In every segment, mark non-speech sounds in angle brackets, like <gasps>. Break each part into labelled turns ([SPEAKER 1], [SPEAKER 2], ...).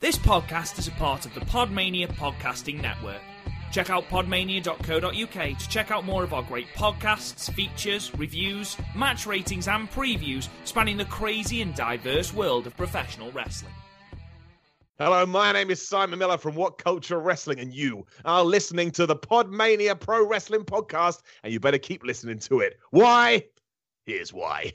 [SPEAKER 1] This podcast is a part of the Podmania Podcasting Network. Check out podmania.co.uk to check out more of our great podcasts, features, reviews, match ratings, and previews spanning the crazy and diverse world of professional wrestling.
[SPEAKER 2] Hello, my name is Simon Miller from What Culture Wrestling, and you are listening to the Podmania Pro Wrestling Podcast, and you better keep listening to it. Why? Here's why.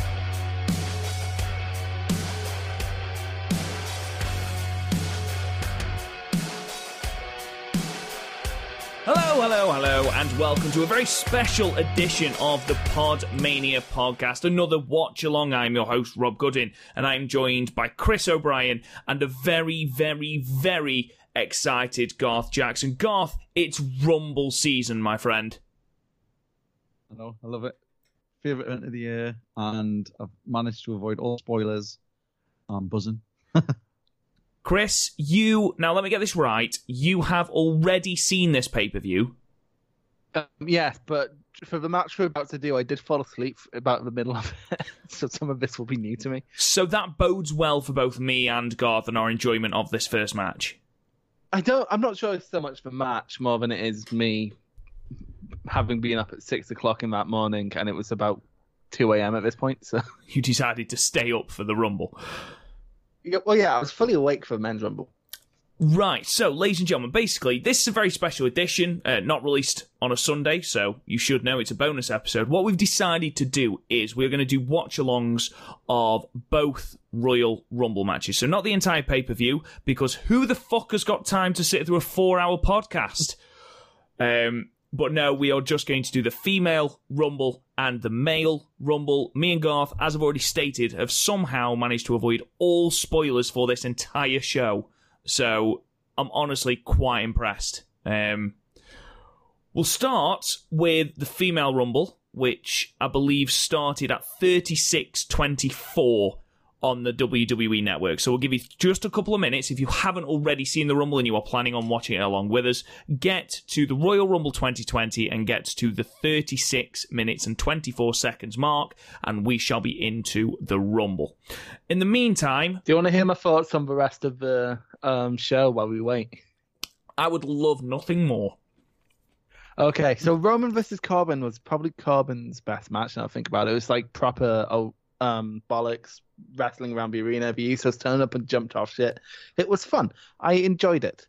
[SPEAKER 1] Hello, hello, hello, and welcome to a very special edition of the Podmania podcast. Another watch along. I'm your host, Rob Goodin, and I'm joined by Chris O'Brien and a very, very, very excited Garth Jackson. Garth, it's Rumble season, my friend.
[SPEAKER 3] I know. I love it. Favorite event of the year, and I've managed to avoid all spoilers. I'm buzzing.
[SPEAKER 1] Chris, you, now let me get this right, you have already seen this pay per view.
[SPEAKER 4] Um, yes, but for the match we're about to do, I did fall asleep about the middle of it, <laughs> so some of this will be new to me.
[SPEAKER 1] So that bodes well for both me and Garth and our enjoyment of this first match.
[SPEAKER 4] I don't. I'm not sure it's so much the match more than it is me having been up at six o'clock in that morning, and it was about two a.m. at this point. So,
[SPEAKER 1] You decided to stay up for the Rumble.
[SPEAKER 4] <laughs> Yeah, well, yeah, I was fully awake for men's rumble.
[SPEAKER 1] Right, so ladies and gentlemen, basically, this is a very special edition, uh, not released on a Sunday, so you should know it's a bonus episode. What we've decided to do is we're going to do watch alongs of both Royal Rumble matches. So, not the entire pay per view, because who the fuck has got time to sit through a four hour podcast? Um, but no, we are just going to do the female rumble and the male rumble. Me and Garth, as I've already stated, have somehow managed to avoid all spoilers for this entire show. So I'm honestly quite impressed. Um, we'll start with the female rumble, which I believe started at 36:24 on the WWE network. So we'll give you just a couple of minutes. If you haven't already seen the Rumble and you are planning on watching it along with us, get to the Royal Rumble 2020 and get to the 36 minutes and 24 seconds mark, and we shall be into the Rumble. In the meantime,
[SPEAKER 4] Do you want to hear my thoughts on the rest of the um, show while we wait?
[SPEAKER 1] I would love nothing more.
[SPEAKER 4] Okay, so Roman versus Corbin was probably Corbin's best match. Now I think about it, it was like proper oh um bollocks wrestling around the arena. The Usos turned up and jumped off shit. It was fun. I enjoyed it.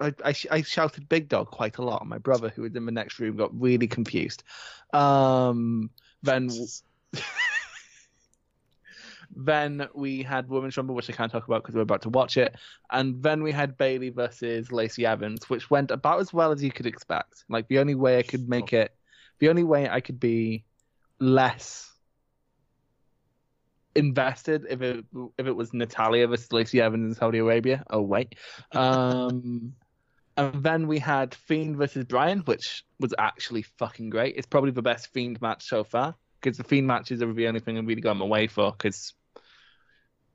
[SPEAKER 4] I I, sh- I shouted big dog quite a lot. My brother, who was in the next room, got really confused. Um, then <laughs> then we had Women's Rumble, which I can't talk about because we're about to watch it. And then we had Bailey versus Lacey Evans, which went about as well as you could expect. Like the only way I could make it, the only way I could be less invested if it if it was Natalia versus Lacey Evans in Saudi Arabia. Oh wait, um, and then we had Fiend versus Brian, which was actually fucking great. It's probably the best Fiend match so far because the Fiend matches are the only thing I've really gotten away for because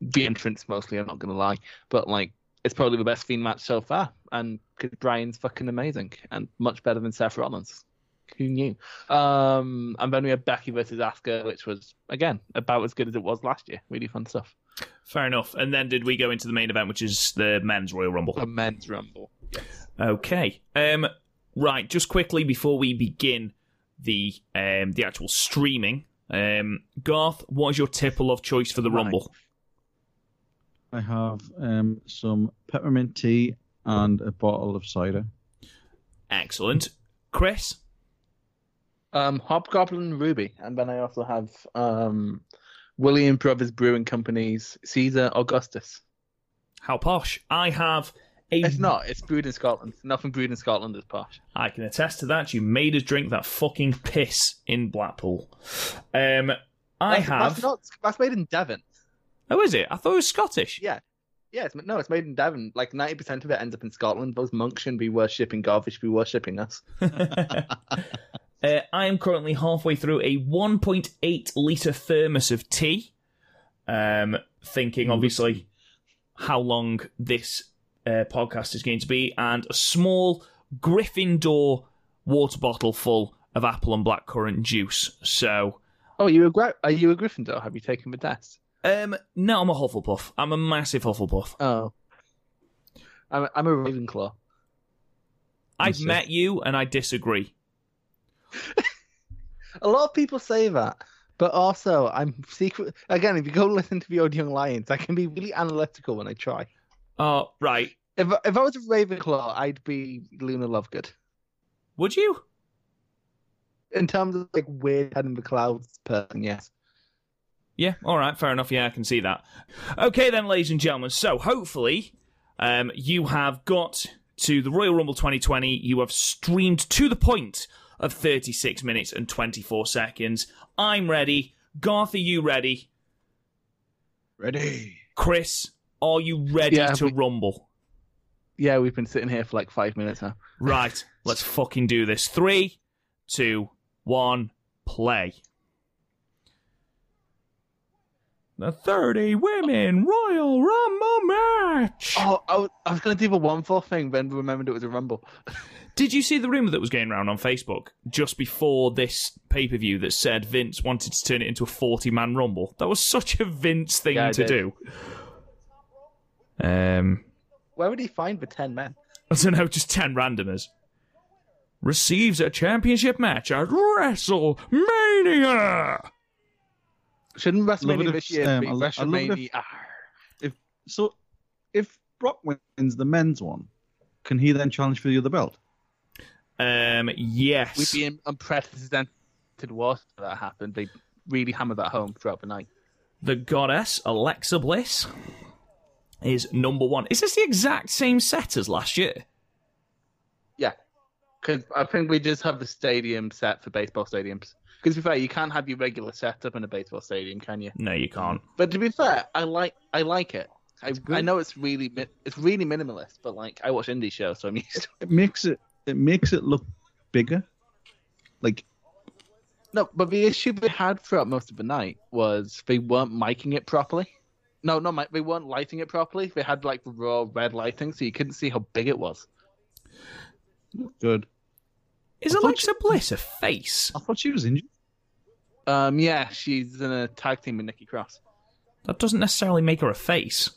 [SPEAKER 4] the entrance mostly. I'm not gonna lie, but like. It's probably the best Fiend match so far, and because Brian's fucking amazing and much better than Seth Rollins. Who knew? Um, and then we had Becky versus Asuka, which was again about as good as it was last year. Really fun stuff.
[SPEAKER 1] Fair enough. And then did we go into the main event, which is the men's Royal Rumble?
[SPEAKER 4] The men's rumble.
[SPEAKER 1] Okay. Um, right. Just quickly before we begin the um, the actual streaming, um, Garth, what is your tip or love choice for the
[SPEAKER 4] Right.
[SPEAKER 1] Rumble?
[SPEAKER 3] I have um, some peppermint tea and a bottle of cider.
[SPEAKER 1] Excellent. Chris,
[SPEAKER 4] Um, Hobgoblin Ruby, and then I also have um, William Brothers Brewing Company's Caesar Augustus.
[SPEAKER 1] how posh? I have a.
[SPEAKER 4] It's not. It's brewed in Scotland. Nothing brewed in Scotland is posh.
[SPEAKER 1] I can attest to that. You made us drink that fucking piss in Blackpool. Um, I
[SPEAKER 4] That's-
[SPEAKER 1] have.
[SPEAKER 4] That's, not, that's made in Devon.
[SPEAKER 1] Oh, is it? I thought it was Scottish.
[SPEAKER 4] Yeah. Yeah, it's, no, it's made in Devon. Like ninety percent of it ends up in Scotland. Those monks shouldn't be worshipping God; they should be worshipping us.
[SPEAKER 1] Uh, I am currently halfway through a 1.8 litre thermos of tea. Um, thinking, obviously, how long this uh, podcast is going to be, and a small Gryffindor water bottle full of apple and blackcurrant juice. So,
[SPEAKER 4] Oh, are you a Gry- are you a Gryffindor? Have you taken the test?
[SPEAKER 1] um, no, I'm a Hufflepuff. I'm a massive Hufflepuff.
[SPEAKER 4] Oh, I'm a, I'm a Ravenclaw.
[SPEAKER 1] I've
[SPEAKER 3] see.
[SPEAKER 1] met you, and I disagree.
[SPEAKER 4] A lot of people say that, but also I'm secret. Again, if you go <laughs> listen to the Old Young Lions, I can be really analytical when I try.
[SPEAKER 1] Oh, right.
[SPEAKER 4] If if I was a Ravenclaw, I'd be Luna Lovegood
[SPEAKER 1] Would you?
[SPEAKER 4] in terms of like weird head in the clouds person. Yes.
[SPEAKER 1] Yeah, all right, fair enough. Yeah, I can see that. Okay, then, ladies and gentlemen. So, hopefully, um, you have got to the Royal Rumble 2020. You have streamed to the point of 36 minutes and 24 seconds. I'm ready. Garth, are you ready?
[SPEAKER 3] Ready.
[SPEAKER 1] Chris, are you ready
[SPEAKER 4] Yeah,
[SPEAKER 1] to
[SPEAKER 4] we-
[SPEAKER 1] rumble?
[SPEAKER 4] Yeah, we've been sitting here for like five minutes now.
[SPEAKER 1] Right, let's fucking do this. Three, two, one, play. The 30 Women Royal Rumble match!
[SPEAKER 4] Oh, I was, I was going to do the one four thing, then remembered it was a rumble.
[SPEAKER 1] Did you see the rumor that was going around on Facebook just before this pay per view that said Vince wanted to turn it into a 40 man rumble? That was such a Vince thing
[SPEAKER 4] Yeah, I
[SPEAKER 1] to
[SPEAKER 4] did.
[SPEAKER 1] do. Um,
[SPEAKER 4] Where would he find the ten men?
[SPEAKER 1] I don't know, just 10 randomers. Receives a championship match at WrestleMania!
[SPEAKER 4] Shouldn't
[SPEAKER 3] Love it
[SPEAKER 4] WrestleMania
[SPEAKER 3] if-
[SPEAKER 4] this year
[SPEAKER 3] um,
[SPEAKER 4] be
[SPEAKER 3] I lo- I love it if-
[SPEAKER 4] WrestleMania? Ah.
[SPEAKER 3] So, if Brock wins the men's one, can he then challenge for the other belt?
[SPEAKER 1] Um,
[SPEAKER 4] We'd
[SPEAKER 1] yes.
[SPEAKER 4] be in unprecedented wars if that happened. They really hammered that home throughout the night.
[SPEAKER 1] the goddess Alexa Bliss is number one. Is this the exact same set as last year?
[SPEAKER 4] Yeah. Because I think we just have the stadium set for baseball stadiums. Because to be fair, you can't have your regular setup in a baseball stadium, can you?
[SPEAKER 1] No, you can't.
[SPEAKER 4] But to be fair, I like I like it. I,
[SPEAKER 3] It's good.
[SPEAKER 4] I know it's really mi- it's really minimalist, but like I watch indie shows, so I'm <laughs> used to it.
[SPEAKER 3] It makes it it makes it look bigger. Like
[SPEAKER 4] No, but the issue they had throughout most of the night was they weren't miking it properly. No, not mic. They weren't lighting it properly. They had like raw red lighting, so you couldn't see how big it was.
[SPEAKER 3] good.
[SPEAKER 1] Is
[SPEAKER 3] I thought
[SPEAKER 1] Alexa Bliss a face?
[SPEAKER 3] I thought she was injured.
[SPEAKER 4] Um, yeah, she's in a tag team with Nikki Cross.
[SPEAKER 1] That doesn't necessarily make her a face.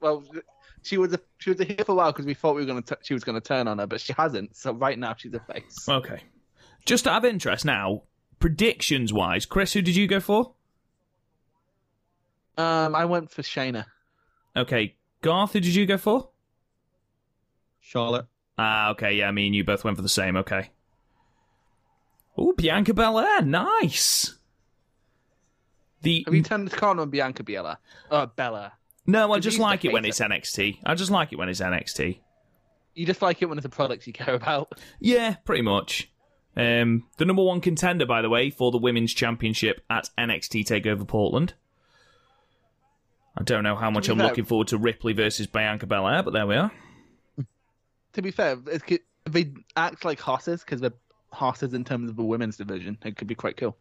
[SPEAKER 4] Well, she was a, she was a heel for a while because we thought we were gonna t- she was gonna turn on her, but she hasn't. So right now she's a face.
[SPEAKER 1] Okay. Just out of interest now, predictions wise, Chris, who did you go for?
[SPEAKER 4] Um, I went for Shayna.
[SPEAKER 1] Okay. Garth, who did you go for?
[SPEAKER 3] Charlotte.
[SPEAKER 1] Ah, okay. Yeah, me and you both went for the same. Okay. Oh, Bianca Belair. Nice. The
[SPEAKER 4] Have you turned the corner on Bianca Belair? Oh, Bella.
[SPEAKER 1] no, I
[SPEAKER 4] Did
[SPEAKER 1] just
[SPEAKER 4] you
[SPEAKER 1] like it when
[SPEAKER 4] hate
[SPEAKER 1] it's NXT. I just like it when it's NXT.
[SPEAKER 4] You just like it when it's a product you care about.
[SPEAKER 1] Yeah, pretty much. Um, the number one contender, by the way, for the women's championship at NXT Takeover Portland. I don't know how much
[SPEAKER 4] be
[SPEAKER 1] I'm
[SPEAKER 4] fair-
[SPEAKER 1] looking forward to Ripley versus Bianca Belair, but there we are.
[SPEAKER 4] To be fair, it's, c- they act like horses because they're horses in terms of the women's division. It could be quite cool.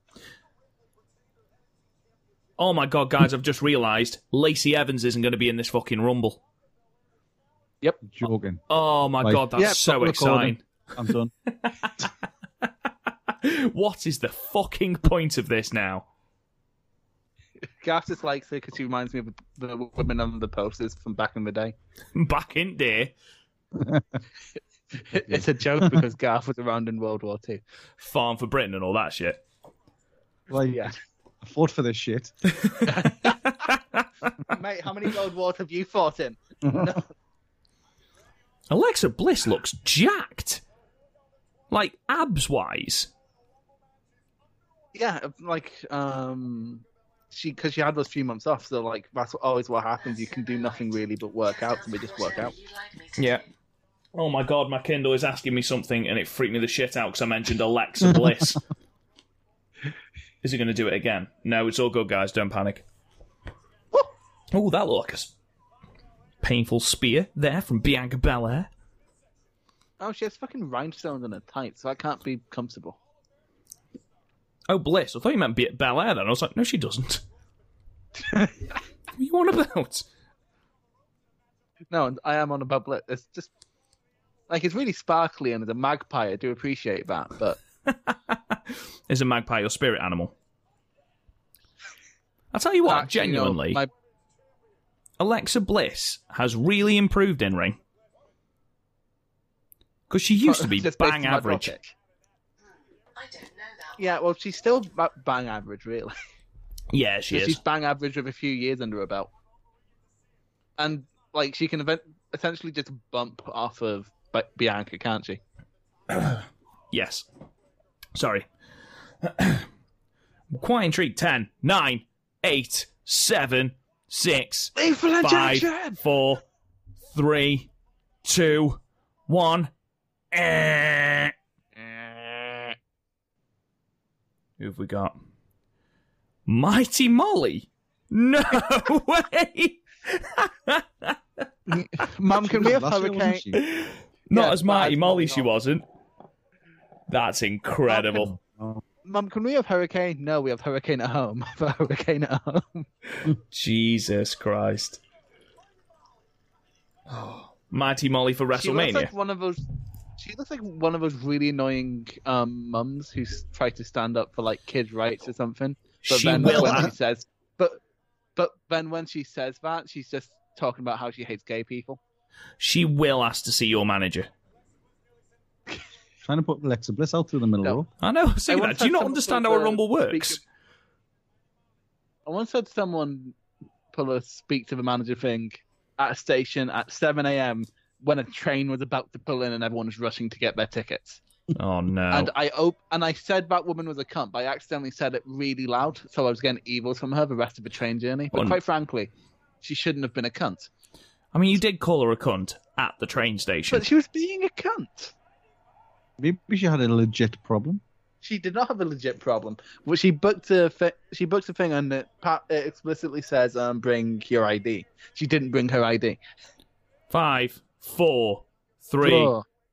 [SPEAKER 1] Oh my god, guys, I've just realised Lacey Evans isn't going to be in this fucking rumble.
[SPEAKER 3] Joking.
[SPEAKER 1] Oh my
[SPEAKER 3] Like-
[SPEAKER 1] god, that's
[SPEAKER 4] Yeah,
[SPEAKER 1] so
[SPEAKER 3] stop
[SPEAKER 1] exciting. <laughs>
[SPEAKER 3] recording. I'm
[SPEAKER 4] <laughs>
[SPEAKER 3] done.
[SPEAKER 1] What is the fucking point of this now? <laughs>
[SPEAKER 4] Gaff dislikes her because she reminds me of the women on the posters from back in the day.
[SPEAKER 1] Back in there.
[SPEAKER 4] It's a joke because Gaff was around in World War Two.
[SPEAKER 1] Farm for Britain and all that shit.
[SPEAKER 3] Like
[SPEAKER 4] Yeah.
[SPEAKER 3] I fought for this shit.
[SPEAKER 4] Mate, how many World Wars have you fought in?
[SPEAKER 1] Alexa Bliss looks jacked. Like abs wise.
[SPEAKER 4] Yeah, like um, she because she had those few months off, so like that's always what happens. You can do nothing really but work out, so we just work out.
[SPEAKER 1] Yeah. Oh my god, my Kindle is asking me something and it freaked me the shit out because I mentioned Alexa Bliss. is it going to do it again? No, it's all good, guys. Don't panic. Oh, that looked like a s- painful spear there from Bianca Belair.
[SPEAKER 4] Oh, she has fucking rhinestones on her tights, so I can't be comfortable.
[SPEAKER 1] Oh, Bliss. I thought you meant Be- Belair then. I was like, no, she doesn't. what are you on about?
[SPEAKER 4] No, I am on about Blitz. It's just like it's really sparkly and it's a magpie. I do appreciate that, but
[SPEAKER 1] Is a magpie your spirit animal? I'll tell you what,
[SPEAKER 4] actually, no,
[SPEAKER 1] genuinely,
[SPEAKER 4] my-
[SPEAKER 1] Alexa Bliss has really improved in ring. Because she used to be
[SPEAKER 4] <laughs> just based
[SPEAKER 1] bang
[SPEAKER 4] on my
[SPEAKER 1] average.
[SPEAKER 4] topic. Yeah, well, she's still ba- bang average, really.
[SPEAKER 1] Yeah, she
[SPEAKER 4] She's
[SPEAKER 1] is.
[SPEAKER 4] bang average with a few years under her belt, and like she can event- essentially just bump off of Bi- Bianca, can't she?
[SPEAKER 1] Yes. Sorry. <clears throat> I'm Quite intrigued. 10, 9, 8, 7, 6,
[SPEAKER 4] Lethal
[SPEAKER 1] 5, 4, 3, 2, 1. Eh. Who have we got? Mighty Molly? No <laughs> way!
[SPEAKER 4] Mum, can we have
[SPEAKER 3] Last year, wasn't
[SPEAKER 4] Hurricane?
[SPEAKER 3] she?
[SPEAKER 1] Not
[SPEAKER 4] Yeah,
[SPEAKER 1] as Mighty Molly,
[SPEAKER 4] that's probably
[SPEAKER 1] she
[SPEAKER 4] not.
[SPEAKER 1] wasn't. That's incredible.
[SPEAKER 4] Mum, can we have Hurricane? No, we have Hurricane at home. <laughs> Have a Hurricane at home.
[SPEAKER 1] Jesus Christ. Mighty Molly for
[SPEAKER 4] She looks
[SPEAKER 1] WrestleMania.
[SPEAKER 4] like one of those. She looks like one of those really annoying um, mums who s- try to stand up for like kids' rights or something. But
[SPEAKER 1] she
[SPEAKER 4] then
[SPEAKER 1] will.
[SPEAKER 4] when she says, but but then when she says that, she's just talking about how she hates gay people.
[SPEAKER 1] She will ask to see your manager.
[SPEAKER 3] Trying to put Alexa Bliss out through the middle
[SPEAKER 4] No.
[SPEAKER 3] rope.
[SPEAKER 1] I know. See
[SPEAKER 4] I
[SPEAKER 1] that.
[SPEAKER 4] once
[SPEAKER 1] Do you
[SPEAKER 4] had
[SPEAKER 1] not
[SPEAKER 4] someone
[SPEAKER 1] understand
[SPEAKER 4] put
[SPEAKER 1] how a
[SPEAKER 4] the
[SPEAKER 1] rumble
[SPEAKER 4] speaker-
[SPEAKER 1] works?
[SPEAKER 4] I once had someone pull a speak to the manager thing at a station at 7 a.m. when a train was about to pull in and everyone was rushing to get their tickets.
[SPEAKER 1] Oh no.
[SPEAKER 4] And I op- and I said that woman was a cunt, but I accidentally said it really loud, so I was getting evil from her the rest of the train journey. But
[SPEAKER 1] Un-
[SPEAKER 4] quite frankly, she shouldn't have been a cunt.
[SPEAKER 1] I mean, you did call her a cunt at the train station.
[SPEAKER 4] But she was being a cunt.
[SPEAKER 3] Maybe she had a legit problem.
[SPEAKER 4] She did not have a legit problem. Well, she booked a thi- she booked a thing and it, pa- it explicitly says um bring your ID. She didn't bring her ID.
[SPEAKER 1] Five, four, three,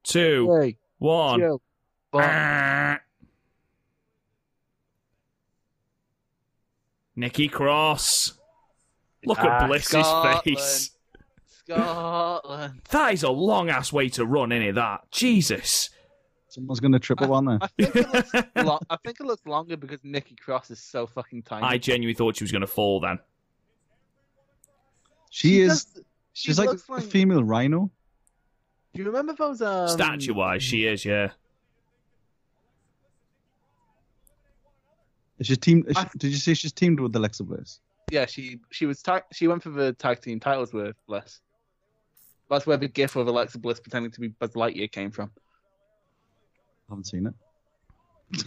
[SPEAKER 1] two, one.
[SPEAKER 4] Four, three, two, one.
[SPEAKER 1] Ah. Nikki Cross. Look
[SPEAKER 4] Ah,
[SPEAKER 1] at Bliss's
[SPEAKER 4] Scotland.
[SPEAKER 1] face.
[SPEAKER 4] Scotland.
[SPEAKER 1] That is a long ass way to run, innit? That Jesus. <laughs>
[SPEAKER 3] Someone's going to trip up
[SPEAKER 4] <laughs>
[SPEAKER 3] on her.
[SPEAKER 4] I think it looks lo- I think it looks longer because Nikki Cross is so fucking tiny.
[SPEAKER 1] I genuinely thought she was going to fall then.
[SPEAKER 3] She, is.
[SPEAKER 4] does- she
[SPEAKER 3] She's like
[SPEAKER 4] looks
[SPEAKER 3] a female rhino.
[SPEAKER 4] Do you remember those um,
[SPEAKER 1] Statue wise, she is, yeah.
[SPEAKER 3] Is she teamed? is
[SPEAKER 4] I-
[SPEAKER 3] she- did you say she's teamed with Alexa Bliss?
[SPEAKER 4] Yeah, she she was tag, she went for the tag team titles with Bliss. That's where the gif of Alexa Bliss pretending to be Buzz Lightyear came from. <laughs>
[SPEAKER 3] haven't seen it.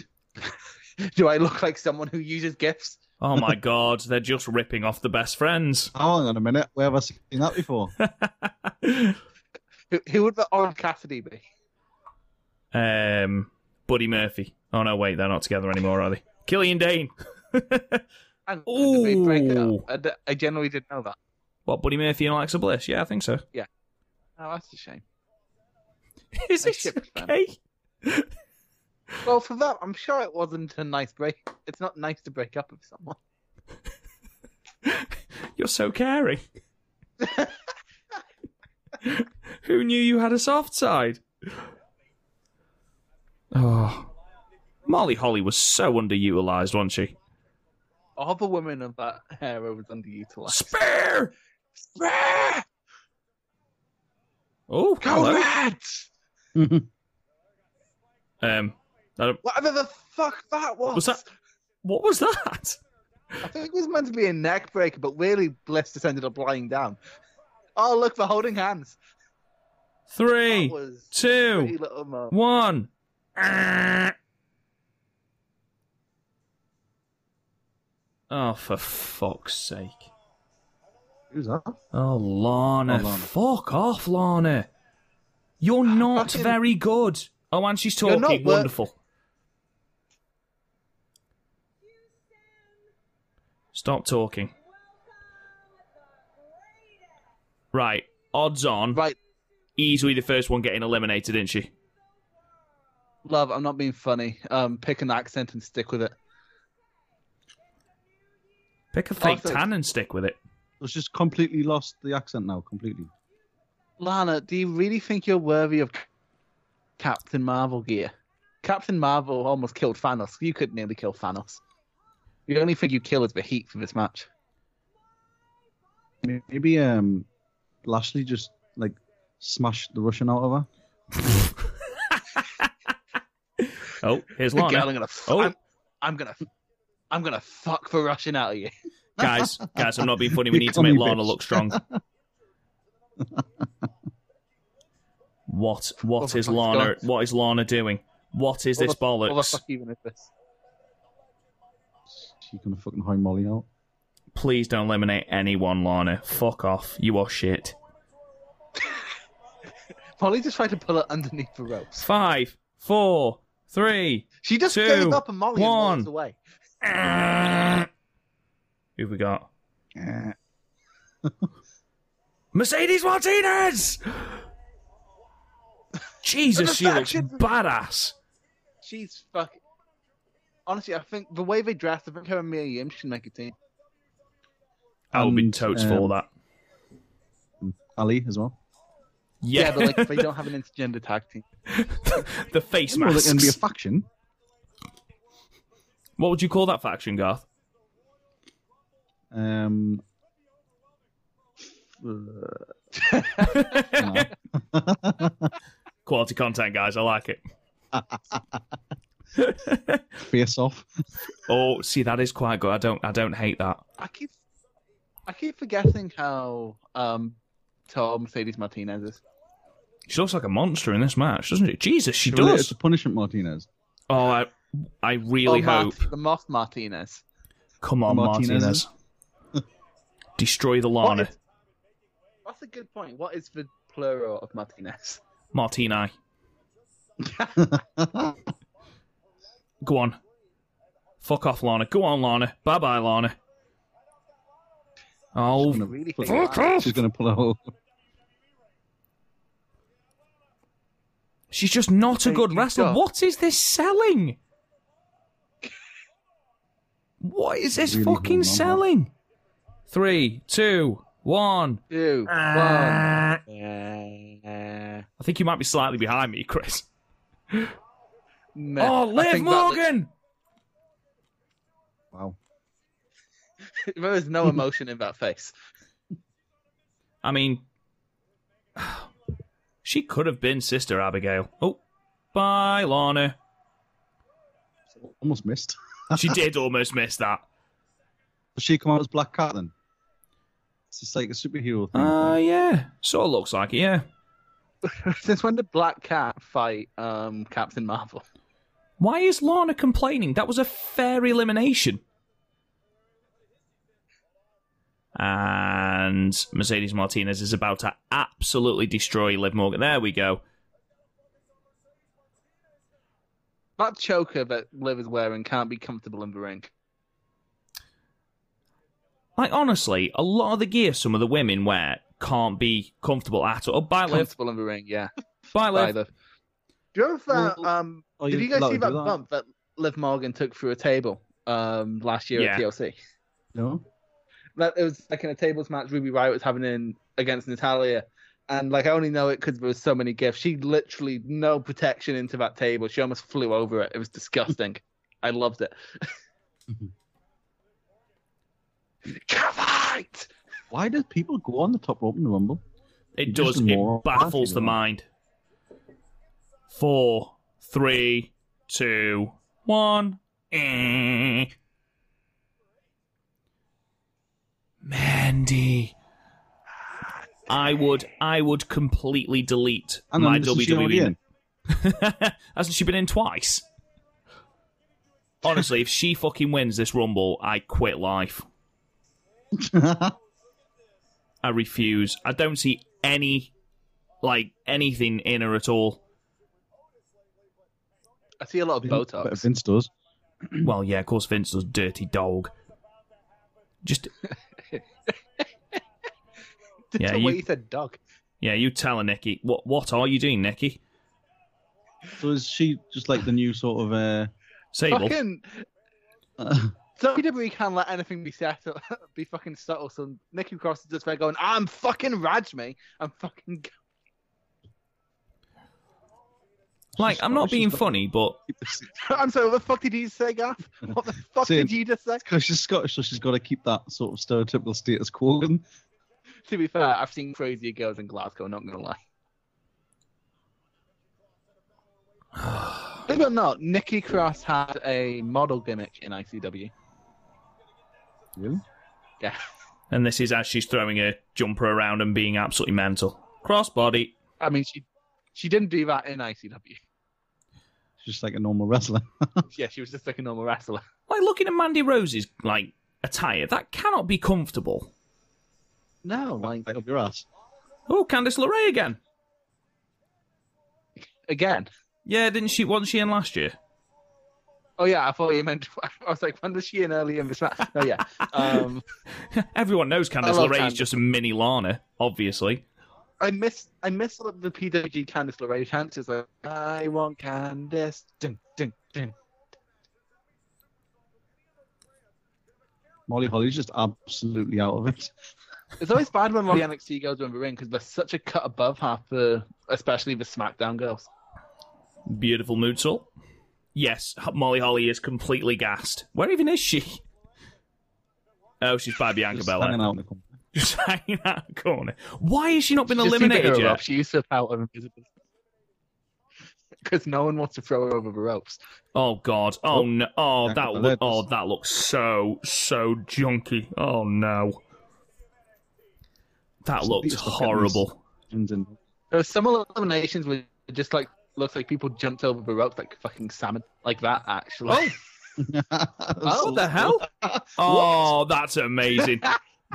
[SPEAKER 4] Do I look like someone who uses gifs?
[SPEAKER 1] Oh
[SPEAKER 4] <laughs>
[SPEAKER 1] my god, they're just ripping off the best friends. <laughs>
[SPEAKER 3] Oh, hang on a minute. Where have I seen that before?
[SPEAKER 4] Who, who would the Orange Cassidy be?
[SPEAKER 1] Um, Buddy Murphy. Oh no, wait, they're not together anymore, are they? Killian Dane.
[SPEAKER 4] And did they break it
[SPEAKER 1] Ooh.
[SPEAKER 4] up? I, d- uh, I generally didn't know that.
[SPEAKER 1] What, Buddy Murphy and Alexa Bliss? Yeah, I think so.
[SPEAKER 4] Oh, that's a shame.
[SPEAKER 1] Is
[SPEAKER 4] I
[SPEAKER 1] this
[SPEAKER 4] shipped them.
[SPEAKER 1] okay?
[SPEAKER 4] Well, for that, I'm sure it wasn't a nice break. It's not nice to break up with someone.
[SPEAKER 1] You're so caring. Who knew you had a soft side? Oh. Molly Holly was so underutilized, wasn't she?
[SPEAKER 4] All the women of that era was underutilized.
[SPEAKER 1] Spear! Oh, hello.
[SPEAKER 4] Correct!
[SPEAKER 1] Um, I don't-
[SPEAKER 4] Whatever the fuck that was.
[SPEAKER 1] was that? What was that?
[SPEAKER 4] I think it was meant to be a neck breaker, but really, Bliss just ended up lying down. Oh, look, they're holding hands.
[SPEAKER 1] Three,
[SPEAKER 4] That was pretty
[SPEAKER 1] two,
[SPEAKER 4] little moment.
[SPEAKER 1] one. Ah. Oh, for fuck's sake!
[SPEAKER 3] Who's that?
[SPEAKER 1] Oh, Lana,
[SPEAKER 3] Oh, Lana.
[SPEAKER 1] fuck off, Lana.
[SPEAKER 4] <sighs>
[SPEAKER 1] You're not
[SPEAKER 4] Fucking-
[SPEAKER 1] very good. Oh, and she's
[SPEAKER 4] You're
[SPEAKER 1] talking.
[SPEAKER 4] not wor-
[SPEAKER 1] Wonderful. Stop talking. Right. Odds on.
[SPEAKER 4] Right.
[SPEAKER 1] Easily the first one getting eliminated, isn't she?
[SPEAKER 4] Love, I'm not being funny. Um, pick an accent and stick with it.
[SPEAKER 1] Pick a fake
[SPEAKER 4] thanks.
[SPEAKER 1] tan and stick with it.
[SPEAKER 3] It's just completely lost the accent now, completely.
[SPEAKER 4] Lana, do you really think you're worthy of Captain Marvel gear? Captain Marvel almost killed Thanos. You could nearly kill Thanos. The only thing you kill is the heat for this match.
[SPEAKER 3] Maybe um, Lashley just like smashed the Russian out of her.
[SPEAKER 1] <laughs> Oh, here's
[SPEAKER 4] Girl, I'm
[SPEAKER 1] Lana.
[SPEAKER 4] gonna, f-
[SPEAKER 1] Oh.
[SPEAKER 4] I'm, I'm gonna, I'm gonna fuck the Russian out of you.
[SPEAKER 1] guys, guys, I'm not being <laughs> funny. We
[SPEAKER 3] You
[SPEAKER 1] need to
[SPEAKER 3] call
[SPEAKER 1] make
[SPEAKER 3] me
[SPEAKER 1] Lana
[SPEAKER 3] bitch.
[SPEAKER 1] look strong. What? What
[SPEAKER 4] the
[SPEAKER 1] is
[SPEAKER 4] fuck's
[SPEAKER 1] Lana? What is Lana doing? What is this
[SPEAKER 4] What the
[SPEAKER 1] bollocks?
[SPEAKER 4] fuck even is this?
[SPEAKER 3] She gonna fucking high Molly out.
[SPEAKER 1] Please don't eliminate anyone, Lana. Fuck off. You are shit.
[SPEAKER 4] Polly just tried to pull it underneath the ropes.
[SPEAKER 1] Five, four, three.
[SPEAKER 4] She just
[SPEAKER 1] Two,
[SPEAKER 4] gave up and Molly
[SPEAKER 1] one.
[SPEAKER 4] and walked away.
[SPEAKER 1] Who have we got? Mercedes
[SPEAKER 4] <laughs>
[SPEAKER 1] Martinez! Jesus, she looks
[SPEAKER 4] Perfection.
[SPEAKER 1] badass.
[SPEAKER 4] She's fucking. Honestly, I think the way they dressed, I think her and Mia Yim should make a team.
[SPEAKER 1] I would be
[SPEAKER 3] And,
[SPEAKER 1] totes
[SPEAKER 3] um,
[SPEAKER 1] for that.
[SPEAKER 3] Ali as well.
[SPEAKER 1] Yeah,
[SPEAKER 4] Yeah, but like they don't
[SPEAKER 1] <laughs>
[SPEAKER 4] have an intergender tag team.
[SPEAKER 1] the face
[SPEAKER 3] Well,
[SPEAKER 1] masks.
[SPEAKER 3] they're gonna be a faction.
[SPEAKER 1] What would you call that faction, Garth?
[SPEAKER 3] Um, uh, no.
[SPEAKER 1] Quality content, guys. I like it.
[SPEAKER 3] Face off.
[SPEAKER 1] Oh, see, that is quite good. I don't, I don't hate that.
[SPEAKER 4] I keep, I keep forgetting how um, tall Mercedes Martinez is.
[SPEAKER 1] She looks like a monster in this match, doesn't she? Jesus, she
[SPEAKER 3] Related
[SPEAKER 1] does.
[SPEAKER 3] to punishment Martinez.
[SPEAKER 1] Oh, I, I really
[SPEAKER 4] Or
[SPEAKER 1] hope.
[SPEAKER 4] Mart- Oh, the Moth Martinez.
[SPEAKER 1] Come on, Martinez.
[SPEAKER 3] Martinez.
[SPEAKER 1] Destroy the Lana.
[SPEAKER 4] What is- That's a good point. What is the plural of Martinez?
[SPEAKER 1] Martini.
[SPEAKER 3] <laughs>
[SPEAKER 1] Go on. Fuck off, Lana. Go on, Lana. Bye bye, Lana. Oh,
[SPEAKER 3] Gonna
[SPEAKER 4] Really
[SPEAKER 3] put-
[SPEAKER 4] think about
[SPEAKER 3] She's gonna pull a whole.
[SPEAKER 1] she's just not a
[SPEAKER 4] Thank
[SPEAKER 1] good
[SPEAKER 4] you,
[SPEAKER 1] wrestler.
[SPEAKER 4] God.
[SPEAKER 1] What is this selling? What is this
[SPEAKER 3] Really holding
[SPEAKER 1] fucking
[SPEAKER 3] on.
[SPEAKER 1] selling? Three, two, one.
[SPEAKER 4] Two, one.
[SPEAKER 1] I
[SPEAKER 4] Uh,
[SPEAKER 1] think you might be slightly behind me, Chris.
[SPEAKER 4] nah,
[SPEAKER 1] oh,
[SPEAKER 4] I
[SPEAKER 1] Liv
[SPEAKER 4] think that looks-
[SPEAKER 1] Morgan!
[SPEAKER 3] Wow.
[SPEAKER 4] <laughs> there is no emotion in that face. <laughs>
[SPEAKER 1] I mean, <sighs> she could have been Sister Abigail. Oh, bye, Lana.
[SPEAKER 3] Almost missed.
[SPEAKER 1] She did almost miss that.
[SPEAKER 3] Does she come out as Black Cat then? It's just like a superhero thing.
[SPEAKER 1] Uh, yeah. Sort of looks like it, yeah.
[SPEAKER 4] Since when did Black Cat fight um, Captain Marvel?
[SPEAKER 1] Why is Lana complaining? That was a fair elimination. And Mercedes Martinez is about to absolutely destroy Liv Morgan. There we go.
[SPEAKER 4] That choker that Liv is wearing can't be comfortable in the ring.
[SPEAKER 1] Like, honestly, a lot of the gear some of the women wear can't be comfortable at all. Oh, bye, Liv.
[SPEAKER 4] Comfortable in the ring, yeah.
[SPEAKER 1] Bye, Liv.
[SPEAKER 4] By the. Do you
[SPEAKER 3] that, Well,
[SPEAKER 4] um,
[SPEAKER 3] Oh,
[SPEAKER 4] Did you guys
[SPEAKER 3] allowed
[SPEAKER 4] see
[SPEAKER 3] to do
[SPEAKER 4] that, bump that Liv Morgan took through a table um, last year
[SPEAKER 1] Yeah.
[SPEAKER 4] at TLC?
[SPEAKER 3] No.
[SPEAKER 4] That it was like in a tables match Ruby Riot was having in against Natalia, and like I only know it because there was so many gifts. She literally no protection into that table. She almost flew over it. It was disgusting. I loved it. Can't fight!
[SPEAKER 3] Why do people go on the top rope in the Rumble?
[SPEAKER 1] It
[SPEAKER 3] You're
[SPEAKER 1] does.
[SPEAKER 3] just a
[SPEAKER 1] It
[SPEAKER 3] moron.
[SPEAKER 1] baffles the mind. Four, three, two, one. Eh. Mandy. I would, I would completely delete
[SPEAKER 3] Hang on,
[SPEAKER 1] my
[SPEAKER 3] isn't she already
[SPEAKER 1] WWE.
[SPEAKER 3] in?
[SPEAKER 1] <laughs> Hasn't she been in twice? Honestly, if she fucking wins this Rumble, I quit life.
[SPEAKER 3] <laughs>
[SPEAKER 1] I refuse. I don't see any, like anything in her at all.
[SPEAKER 4] I see a lot of
[SPEAKER 3] But
[SPEAKER 4] Botox.
[SPEAKER 3] Vince does.
[SPEAKER 1] Well, yeah, of course, Vince does dirty dog. Just
[SPEAKER 4] Just
[SPEAKER 1] Yeah,
[SPEAKER 4] the
[SPEAKER 1] you-
[SPEAKER 4] way you said dog.
[SPEAKER 1] Yeah, you tell her, Nikki. What what are you doing, Nikki?
[SPEAKER 3] So is she just like the new sort of uh, <laughs>
[SPEAKER 1] Sable.
[SPEAKER 4] Fucking WWE E can't let anything be set up, <laughs> be fucking subtle. So Nikki Cross is just there going, "I'm fucking Rajmi. I'm fucking."
[SPEAKER 1] Like, I'm not
[SPEAKER 3] She's
[SPEAKER 1] being
[SPEAKER 3] got-
[SPEAKER 1] funny, but
[SPEAKER 4] <laughs> I'm sorry. What the fuck did you say, Gaff? <laughs> What the fuck
[SPEAKER 3] Same.
[SPEAKER 4] did you just
[SPEAKER 3] <laughs>
[SPEAKER 4] say?
[SPEAKER 3] because she's Scottish, so she's got to keep that sort of stereotypical status quo. going.
[SPEAKER 4] To be fair, I've seen crazier girls in Glasgow. Not gonna lie. Believe it or not, Nikki Cross had a model gimmick in ICW.
[SPEAKER 3] Really?
[SPEAKER 4] Yeah.
[SPEAKER 1] and this is as she's throwing her jumper around and being absolutely mental. Crossbody.
[SPEAKER 4] I mean, she she didn't do that in ICW.
[SPEAKER 3] She's just like a normal wrestler.
[SPEAKER 4] <laughs>
[SPEAKER 3] <laughs>
[SPEAKER 4] Yeah, she was just like a normal wrestler.
[SPEAKER 1] Like looking at Mandy Rose's like attire, that cannot be comfortable.
[SPEAKER 4] No, like
[SPEAKER 3] Like up your ass.
[SPEAKER 1] Oh, Candice LeRae again.
[SPEAKER 4] again.
[SPEAKER 1] Yeah, didn't she? Wasn't she in last year? <laughs>
[SPEAKER 4] Oh yeah, I thought you meant. <laughs> I was like, when was she in early in this match? Oh yeah. Um,
[SPEAKER 1] Everyone knows Candice
[SPEAKER 4] love
[SPEAKER 1] LeRae is
[SPEAKER 4] Candice.
[SPEAKER 1] just a mini Lana, obviously.
[SPEAKER 4] <laughs> I miss I miss all of the PWG Candice LeRae chants. It's like I want Candice. Dun, dun, dun.
[SPEAKER 3] Molly Holly's just absolutely out of it.
[SPEAKER 4] It's always bad when the NXT girls are in the ring because they're such a cut above half the, especially the SmackDown girls.
[SPEAKER 1] Beautiful mood salt. Yes, H- Molly Holly is completely gassed. Where even is she? Oh, she's by Bianca
[SPEAKER 3] Just
[SPEAKER 1] Bella.
[SPEAKER 3] hanging out in the corner.
[SPEAKER 1] Just hanging out in the corner. Why has she not been
[SPEAKER 4] She just needs to
[SPEAKER 1] eliminated
[SPEAKER 4] go
[SPEAKER 1] yet?
[SPEAKER 4] up. She used to out of <laughs> invisible. Because no one wants to throw her over the ropes.
[SPEAKER 1] Oh god. Oh,
[SPEAKER 3] Oh,
[SPEAKER 1] no. Oh,
[SPEAKER 3] Bianca
[SPEAKER 1] that. Lo-
[SPEAKER 3] Belair
[SPEAKER 1] oh,
[SPEAKER 3] does.
[SPEAKER 1] that looks so so junky. Oh no. That
[SPEAKER 3] Just
[SPEAKER 1] looked
[SPEAKER 3] beats the
[SPEAKER 1] horrible.
[SPEAKER 3] And-
[SPEAKER 4] <laughs>
[SPEAKER 3] and-
[SPEAKER 4] There were some eliminations where it just like looks like people jumped over the ropes like fucking salmon, like that actually.
[SPEAKER 1] Oh,
[SPEAKER 3] So-
[SPEAKER 1] what the <laughs> hell? Oh, that's amazing.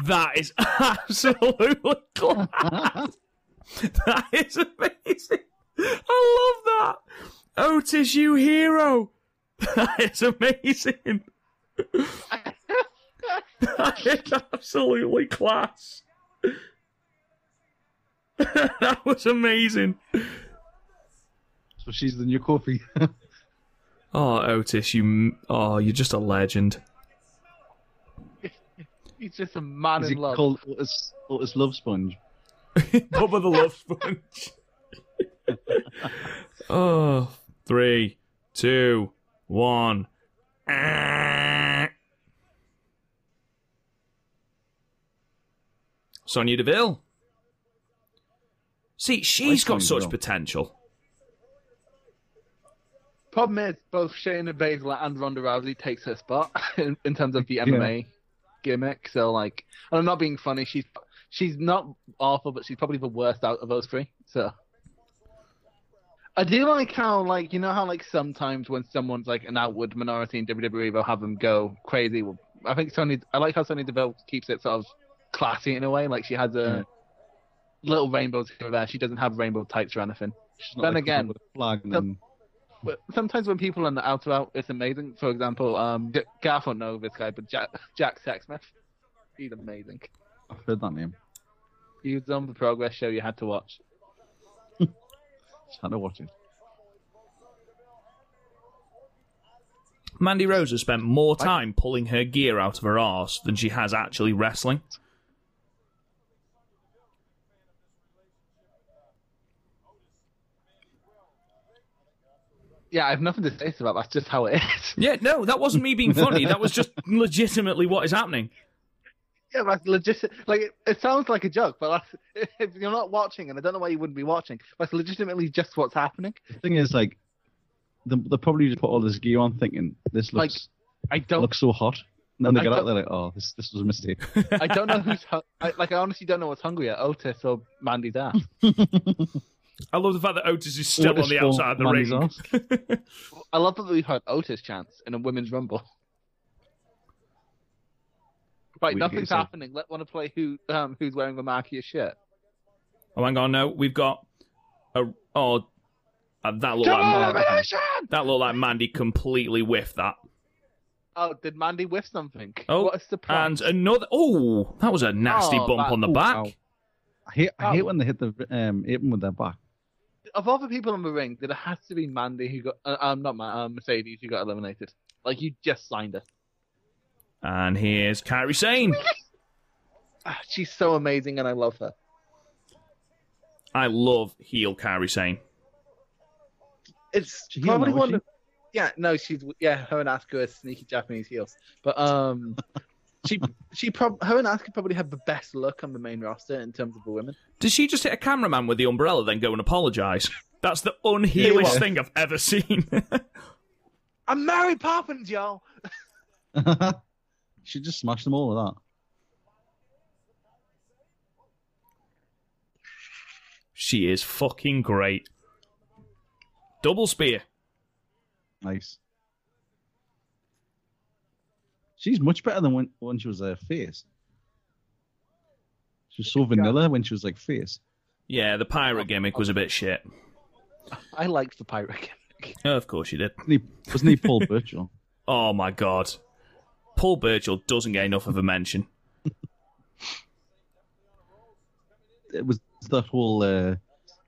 [SPEAKER 1] that is <laughs> absolutely class. <laughs> that is amazing. I love that. Otis, you hero. <laughs> That is amazing. that is absolutely class. <laughs> that was amazing.
[SPEAKER 3] So she's the new Kofi.
[SPEAKER 1] Oh, Otis, you. m- Oh, you're just a legend.
[SPEAKER 4] <laughs> He's just a man
[SPEAKER 3] Is he
[SPEAKER 4] in love.
[SPEAKER 3] called Otis, Otis Love Sponge?
[SPEAKER 1] Bubba the Love Sponge. oh, three, two, one. Ah. Sonia Deville. See, she's got
[SPEAKER 3] Sonya
[SPEAKER 1] such
[SPEAKER 3] Deville?
[SPEAKER 1] potential.
[SPEAKER 4] Problem is, both Shayna Baszler and Ronda Rousey takes her spot <laughs> in, in terms of the MMA gimmick. So like, and I'm not being funny. She's she's not awful, but she's probably the worst out of those three. So. I do like how, like, you know how, like, sometimes when someone's like an outward minority in WWE, they'll have them go crazy. Well, I think Sony. I like how Sony Deville keeps it sort of classy in a way. Like, she has a little rainbows here and there. She doesn't have rainbow tights or anything.
[SPEAKER 3] She's not
[SPEAKER 4] Then
[SPEAKER 3] like
[SPEAKER 4] again,
[SPEAKER 3] with a flag and then-
[SPEAKER 4] but sometimes when people are in the out and out, it's amazing. For example, um, J- Garth won't know this guy, but Jack Jack Sexsmith, he's amazing.
[SPEAKER 3] I've heard that name.
[SPEAKER 4] He was on the Progress show you had to watch.
[SPEAKER 3] Just had to watch it.
[SPEAKER 1] Mandy Rose has spent more time pulling her gear out of her arse than she has actually wrestling.
[SPEAKER 4] Yeah, I have nothing to say about that. That's just how it is. <laughs>
[SPEAKER 1] Yeah, no, that wasn't me being funny. That was <laughs> just legitimately what is happening.
[SPEAKER 4] yeah, that's legit. Like it, it sounds like a joke, but that's, <laughs> if you're not watching, and I don't know why you wouldn't be watching, that's legitimately just what's happening.
[SPEAKER 3] The thing is, like, they, they probably just put all this gear on thinking, this
[SPEAKER 4] Like,
[SPEAKER 3] looks
[SPEAKER 4] I don't
[SPEAKER 3] looks so hot. And then they
[SPEAKER 4] I
[SPEAKER 3] get out
[SPEAKER 4] don't-
[SPEAKER 3] there like, oh, this this was a
[SPEAKER 1] <laughs>
[SPEAKER 3] mistake.
[SPEAKER 4] I don't know who's hu- I, like I honestly don't know what's hungrier, Otis or Mandy's ass.
[SPEAKER 1] I love the fact that Otis is still
[SPEAKER 3] Otis
[SPEAKER 1] on the
[SPEAKER 3] for
[SPEAKER 1] outside of the
[SPEAKER 3] Mandy's
[SPEAKER 1] ring.
[SPEAKER 3] arse.
[SPEAKER 4] I love that we heard Otis chance in a women's rumble. Right,
[SPEAKER 3] We
[SPEAKER 4] nothing's
[SPEAKER 3] do so.
[SPEAKER 4] happening. Let want to play who um, who's wearing the markiest shirt.
[SPEAKER 1] Oh, hang on, no, we've got a oh uh, that looked like
[SPEAKER 4] elimination!
[SPEAKER 1] that looked like Mandy completely whiffed that,
[SPEAKER 4] Oh, did Mandy whiff something?
[SPEAKER 1] Oh,
[SPEAKER 4] what a
[SPEAKER 1] and
[SPEAKER 4] surprise!
[SPEAKER 1] another oh that was a nasty
[SPEAKER 4] Oh,
[SPEAKER 1] bump
[SPEAKER 4] that-
[SPEAKER 1] on the
[SPEAKER 4] ooh,
[SPEAKER 1] back.
[SPEAKER 3] ow. I hate, I
[SPEAKER 4] Oh.
[SPEAKER 3] hate when they hit the um, apron with their back. <laughs>
[SPEAKER 4] Of all the people in the ring, there has to be Mandy who got. Uh, um, not Mandy, um, Mercedes who got eliminated. Like you just signed her.
[SPEAKER 1] And here's Kyrie Sane.
[SPEAKER 4] Ah, she's so amazing, and I love her.
[SPEAKER 1] I love heel Kyrie Sane.
[SPEAKER 4] It's
[SPEAKER 3] She heel
[SPEAKER 4] probably
[SPEAKER 3] now, is
[SPEAKER 4] one
[SPEAKER 3] she?
[SPEAKER 4] of yeah, no, she's yeah, her and Asuka are sneaky Japanese heels.
[SPEAKER 1] <laughs>
[SPEAKER 4] But um she she prob her and Asuka probably had the best look on the main roster in terms of the women.
[SPEAKER 1] Does she just hit a cameraman with the umbrella, then go and apologise? That's the unheelish
[SPEAKER 4] Yeah.
[SPEAKER 1] thing I've ever seen. <laughs>
[SPEAKER 4] I'm Mary Poppins, y'all.
[SPEAKER 3] she just smashed them all with that.
[SPEAKER 1] she is fucking great. Double spear.
[SPEAKER 3] Nice. She's much better than when, when she was a face. She was so vanilla when she was like face.
[SPEAKER 1] Yeah, the pirate gimmick was a bit shit.
[SPEAKER 4] I liked the pirate gimmick.
[SPEAKER 1] Oh, of course you did.
[SPEAKER 3] Wasn't he, wasn't he Paul <laughs> Burchill?
[SPEAKER 1] Oh my god. Paul Burchill doesn't get enough of a mention.
[SPEAKER 3] It was that whole uh,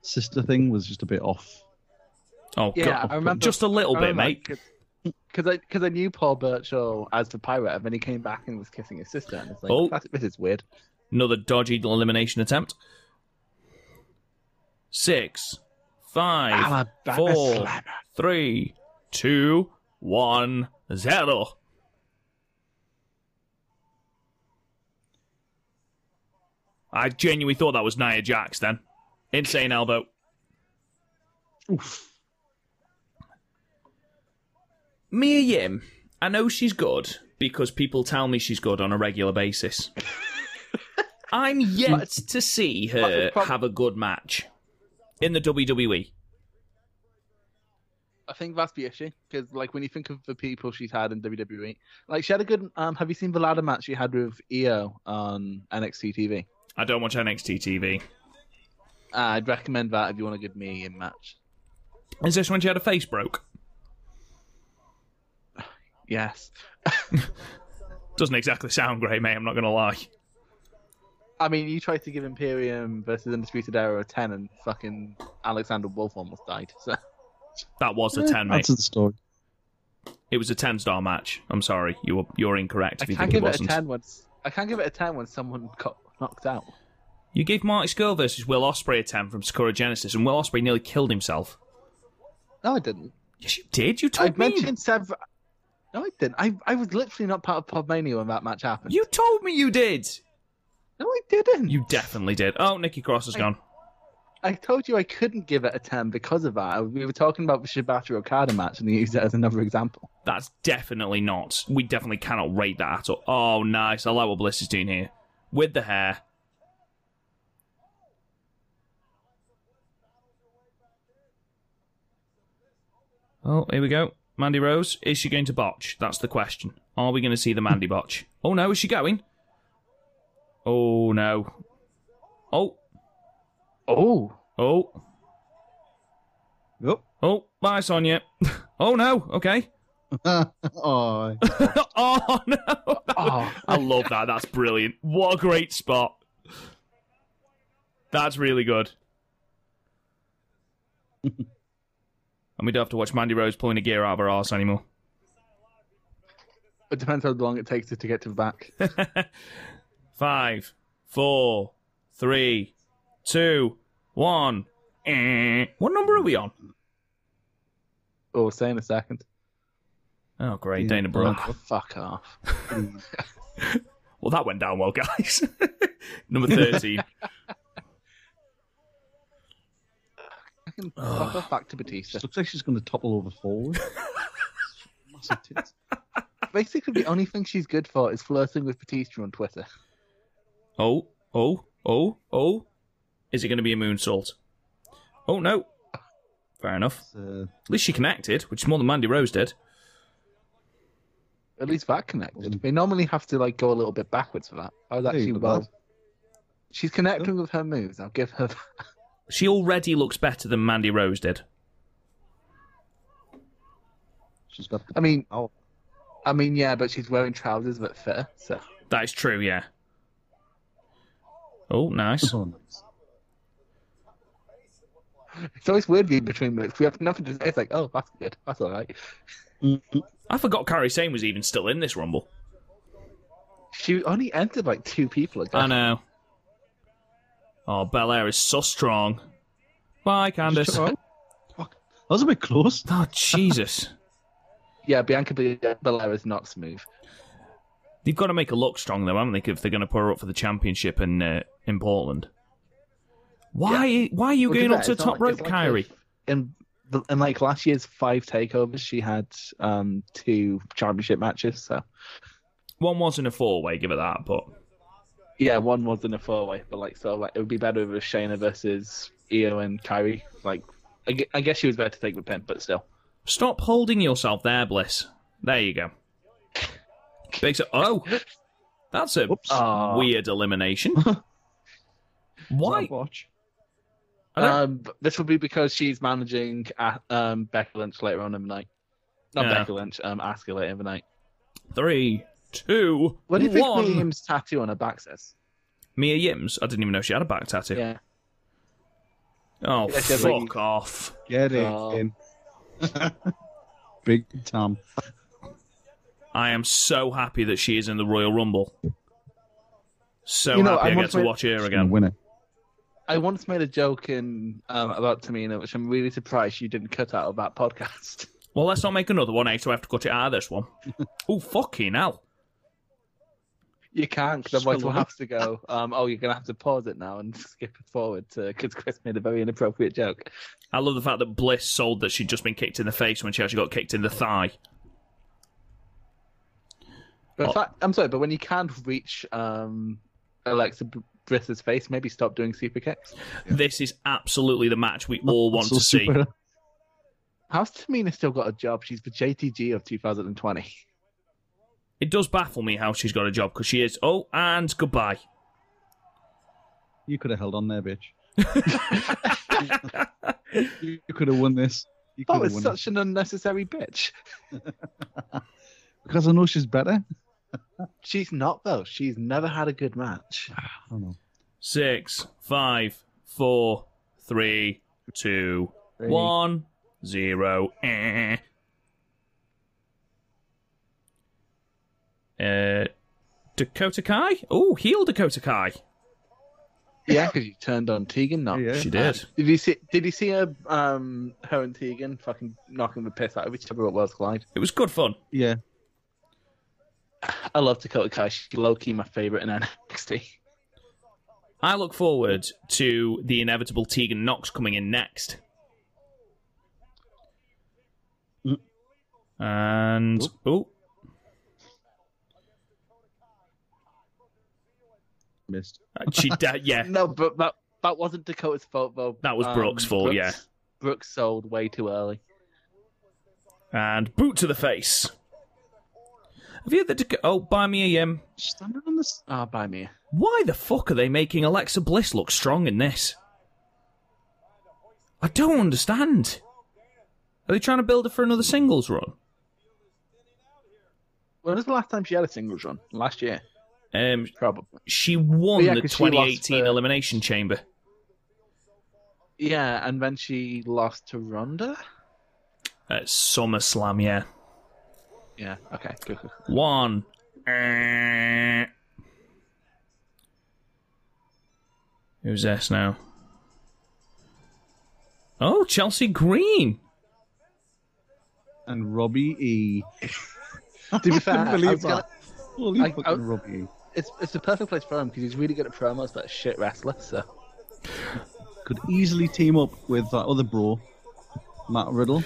[SPEAKER 3] sister thing was just a bit off.
[SPEAKER 1] Oh
[SPEAKER 4] Yeah,
[SPEAKER 1] god.
[SPEAKER 4] I remember-
[SPEAKER 1] just a little bit, mate.
[SPEAKER 4] Because I, cause I knew Paul Burchill as the pirate, and then he came back and was kissing his sister, and it's like,
[SPEAKER 1] Oh.
[SPEAKER 4] that's, this is weird.
[SPEAKER 1] Another dodgy elimination attempt. Six, five,
[SPEAKER 4] Alabama
[SPEAKER 1] four,
[SPEAKER 4] slammer.
[SPEAKER 1] three, two, one, zero. I genuinely thought that was Nia Jax then. Insane elbow.
[SPEAKER 3] Oof.
[SPEAKER 1] Mia Yim, I know she's good because people tell me she's good on a regular
[SPEAKER 4] <laughs>
[SPEAKER 1] basis. I'm yet to see her
[SPEAKER 4] the prob-
[SPEAKER 1] have a good match in the E. WWE.
[SPEAKER 4] I think that's the issue because, like, when you think of the people she's had in WWE, like she had a good. Um, have you seen the ladder match she had with Io on NXT TV?
[SPEAKER 1] I don't watch NXT TV.
[SPEAKER 4] Uh, I'd recommend that if you want a good me in match.
[SPEAKER 1] Is this when she had a face broke?
[SPEAKER 4] Yes,
[SPEAKER 1] Doesn't exactly sound great, mate. I'm not going to lie.
[SPEAKER 4] I mean you tried to give Imperium versus Undisputed Era a ten, and fucking Alexander Wolf almost died. So
[SPEAKER 1] That was a 10, mate.
[SPEAKER 3] That's the story.
[SPEAKER 1] It was a 10 star match. I'm sorry. You were, you're incorrect
[SPEAKER 4] I
[SPEAKER 1] if you
[SPEAKER 4] can't
[SPEAKER 1] think it
[SPEAKER 4] give it, a
[SPEAKER 1] wasn't.
[SPEAKER 4] ten once. I can't give it a ten when someone got knocked out.
[SPEAKER 1] You gave Marty Skrull versus Will Osprey a 10 from Sakura Genesis, and Will Osprey nearly killed himself.
[SPEAKER 4] No, I didn't.
[SPEAKER 1] Yes, you did. You
[SPEAKER 4] I
[SPEAKER 1] told me.
[SPEAKER 4] mentioned several. No, I didn't. I I was literally not part of Podmania when that match happened.
[SPEAKER 1] You told me you did.
[SPEAKER 4] No, I didn't.
[SPEAKER 1] You definitely did. Oh, Nikki Cross is
[SPEAKER 4] I-
[SPEAKER 1] gone.
[SPEAKER 4] I told you I couldn't give it a 10 because of that. We were talking about the Shibata Okada match and you used it as another example.
[SPEAKER 1] That's definitely not. We definitely cannot rate that at all. Oh, nice. I like what Bliss is doing here with the hair. Oh, here we go. Mandy Rose. Is she going to botch? That's the question. Are we going to see the Mandy botch? Oh no, is she going? Oh no. Oh,
[SPEAKER 4] <laughs> Oh.
[SPEAKER 1] oh,
[SPEAKER 3] Yep.
[SPEAKER 1] oh. Bye, Sonia. <laughs> oh no. Okay.
[SPEAKER 3] <laughs>
[SPEAKER 1] <laughs>
[SPEAKER 3] oh,
[SPEAKER 1] oh no. <laughs>
[SPEAKER 4] oh.
[SPEAKER 1] I love that. That's brilliant. What a great spot. That's really <laughs> good. and we don't have to watch Mandy Rose pulling a gear out of her arse anymore.
[SPEAKER 4] It depends how long it takes to get to the back.
[SPEAKER 1] <laughs> Five, four, three, two, one. Eh. What number are we on?
[SPEAKER 4] oh, say in a second.
[SPEAKER 1] Oh, great.
[SPEAKER 3] Yeah.
[SPEAKER 1] Dana Brooke.
[SPEAKER 4] Ah, fuck off.
[SPEAKER 1] Well, that went down well, guys. <laughs> number 13.
[SPEAKER 4] Fucking fuck off back to Batista.
[SPEAKER 3] she looks like she's going to topple over forward. Massive tits.
[SPEAKER 4] Basically, the only thing she's good for is flirting with Batista on Twitter.
[SPEAKER 1] Oh, oh, oh, oh. Is it going to be a moonsault? Oh, no. Fair enough.
[SPEAKER 3] Uh,
[SPEAKER 1] At least she connected, which is more than Mandy Rose did.
[SPEAKER 4] At least that connected. They normally have to like go a little bit backwards for that. I was
[SPEAKER 3] Hey,
[SPEAKER 4] actually
[SPEAKER 3] look
[SPEAKER 4] well.
[SPEAKER 3] at
[SPEAKER 4] She's connecting with her moves. I'll give her. <laughs> that.
[SPEAKER 1] She already looks better than Mandy Rose did.
[SPEAKER 3] she's got the
[SPEAKER 4] I mean,
[SPEAKER 3] <laughs> Oh.
[SPEAKER 4] I mean, yeah, but she's wearing trousers that fit her. So
[SPEAKER 1] That is true, yeah. Oh, nice.
[SPEAKER 3] <laughs> Oh, nice.
[SPEAKER 4] It's always weird being between minutes. We have nothing to say. It's like, oh, that's good. That's all right.
[SPEAKER 1] I forgot Carrie Sane was even still in this Rumble.
[SPEAKER 4] She only entered like two people ago.
[SPEAKER 1] I know. Oh, Belair is so strong. Bye, <laughs> Candice.
[SPEAKER 3] Fuck. That was a bit close.
[SPEAKER 1] Oh, Jesus.
[SPEAKER 4] Yeah, Bianca Be- Belair is not smooth.
[SPEAKER 1] They've got to make her look strong, though, haven't they? If they're going to put her up for the championship in uh, in Portland. Why? Why are you
[SPEAKER 4] Well,
[SPEAKER 1] going
[SPEAKER 4] do
[SPEAKER 1] up
[SPEAKER 4] that.
[SPEAKER 1] to the
[SPEAKER 4] It's
[SPEAKER 1] top
[SPEAKER 4] not like-
[SPEAKER 1] rope,
[SPEAKER 4] it's like
[SPEAKER 1] Kyrie?
[SPEAKER 4] if- In, the- in like last year's five takeovers, she had um, two championship matches. So
[SPEAKER 1] One wasn't a four way. Give it that, but
[SPEAKER 4] yeah, one was in a four way, but like so, like it would be better with Shayna versus Io and Kyrie. Like, I, gue- I guess she was better to take with Pimp, but still.
[SPEAKER 1] stop holding yourself there, Bliss. There you go. Big so- oh, that's a
[SPEAKER 3] Whoops.
[SPEAKER 4] Aw.
[SPEAKER 1] weird
[SPEAKER 4] <laughs>
[SPEAKER 1] elimination. Why?
[SPEAKER 3] Watch.
[SPEAKER 1] I don't-
[SPEAKER 4] Um, but this will be because she's managing uh, um, Becca Lynch later on in the night. Not
[SPEAKER 1] Yeah.
[SPEAKER 4] Becca Lynch, um, Asuka later in the night.
[SPEAKER 1] Three, two,
[SPEAKER 4] What do you think
[SPEAKER 1] one.
[SPEAKER 4] William's tattoo on her back says?
[SPEAKER 1] Mia Yims. I didn't even know she had a back tattoo.
[SPEAKER 4] Yeah.
[SPEAKER 1] Oh,
[SPEAKER 4] Yeah, she has,
[SPEAKER 1] fuck
[SPEAKER 4] like-
[SPEAKER 1] off.
[SPEAKER 3] Get it
[SPEAKER 4] Oh.
[SPEAKER 3] in. <laughs> Big Tom.
[SPEAKER 1] I am so happy that she is in the Royal Rumble. So
[SPEAKER 4] You know,
[SPEAKER 1] happy
[SPEAKER 4] I'm
[SPEAKER 1] I
[SPEAKER 4] not
[SPEAKER 1] get to
[SPEAKER 4] sure-
[SPEAKER 1] watch her
[SPEAKER 3] Gonna
[SPEAKER 1] again.
[SPEAKER 3] win it.
[SPEAKER 4] I once made a joke in um, about Tamina, which I'm really surprised you didn't cut out of that podcast. <laughs>
[SPEAKER 1] Well, let's not make another one, eh? So I have to cut it out of this one. oh, fucking hell.
[SPEAKER 4] You can't, because otherwise we'll
[SPEAKER 3] Sure.
[SPEAKER 4] have to go. Um, oh, you're gonna have to pause it now and skip it forward because Chris made a very inappropriate joke.
[SPEAKER 1] I love the fact that Bliss sold that she'd just been kicked in the face when she actually got kicked in the thigh.
[SPEAKER 4] But
[SPEAKER 1] Oh.
[SPEAKER 4] if I- I'm sorry, but when you can't reach um, Alexa B- Bliss's face, maybe stop doing super kicks.
[SPEAKER 1] This is absolutely the match we all want
[SPEAKER 3] So
[SPEAKER 1] to see.
[SPEAKER 3] super-
[SPEAKER 4] How's Tamina still got a job? She's the JTG of 2020.
[SPEAKER 1] It does baffle me how she's got a job because she is. Oh, and goodbye.
[SPEAKER 3] <laughs> You could have held on there,
[SPEAKER 1] <laughs>
[SPEAKER 3] bitch. you could have won this. You could have
[SPEAKER 4] That was
[SPEAKER 3] won
[SPEAKER 4] such an unnecessary bitch.
[SPEAKER 3] it. Because I know she's better.
[SPEAKER 4] She's not though. She's never had a good match.
[SPEAKER 3] I don't know.
[SPEAKER 1] Six, five, four, three, two,
[SPEAKER 3] Three.
[SPEAKER 1] one, zero. Eh. Uh, Dakota Kai? Oh, heel Dakota Kai.
[SPEAKER 4] Yeah, because you turned on Tegan. Not.
[SPEAKER 3] Yeah.
[SPEAKER 1] She did.
[SPEAKER 4] Did you see? Did you see her? Um, her and Tegan fucking knocking the piss out of each other at Worlds Collide.
[SPEAKER 1] It was good fun.
[SPEAKER 3] Yeah.
[SPEAKER 4] I love Dakota Kai. She's low key my favorite in <laughs> NXT.
[SPEAKER 1] I look forward to the inevitable Tegan Knox coming in next. And oh,
[SPEAKER 3] Missed.
[SPEAKER 1] she da-
[SPEAKER 4] <laughs>
[SPEAKER 1] yeah,
[SPEAKER 4] No, but that that wasn't Dakota's fault though.
[SPEAKER 1] That was Brooke's fault, yeah.
[SPEAKER 4] Brooks sold way too early.
[SPEAKER 1] and boot to the face. Have you had the Dak- oh buy me a yim?
[SPEAKER 3] Standing on this.
[SPEAKER 4] Ah, by me.
[SPEAKER 1] Why the fuck are they making Alexa Bliss look strong in this? I don't understand. Are they trying to build her for another singles run?
[SPEAKER 4] When was the last time she had a singles run? Last year,
[SPEAKER 1] Um,
[SPEAKER 4] probably.
[SPEAKER 1] she won
[SPEAKER 4] Yeah,
[SPEAKER 1] the
[SPEAKER 4] 'cause she lost
[SPEAKER 1] 2018
[SPEAKER 4] the-
[SPEAKER 1] Elimination Chamber.
[SPEAKER 4] Yeah, and then she lost to Ronda.
[SPEAKER 1] at SummerSlam, yeah.
[SPEAKER 4] Yeah. Okay. Good. good.
[SPEAKER 1] One. Eh. Who's this now? Oh, Chelsea Green.
[SPEAKER 3] And Robbie E. <laughs>
[SPEAKER 4] To be fair, I was
[SPEAKER 3] Unbelievable.
[SPEAKER 4] gonna-
[SPEAKER 3] Holy
[SPEAKER 4] I-
[SPEAKER 3] fucking
[SPEAKER 4] I-
[SPEAKER 3] Robbie E.
[SPEAKER 4] it's it's the perfect place for him because he's really good at promos, but a shit wrestler. So.
[SPEAKER 3] Could easily team up with that other bro, Matt Riddle.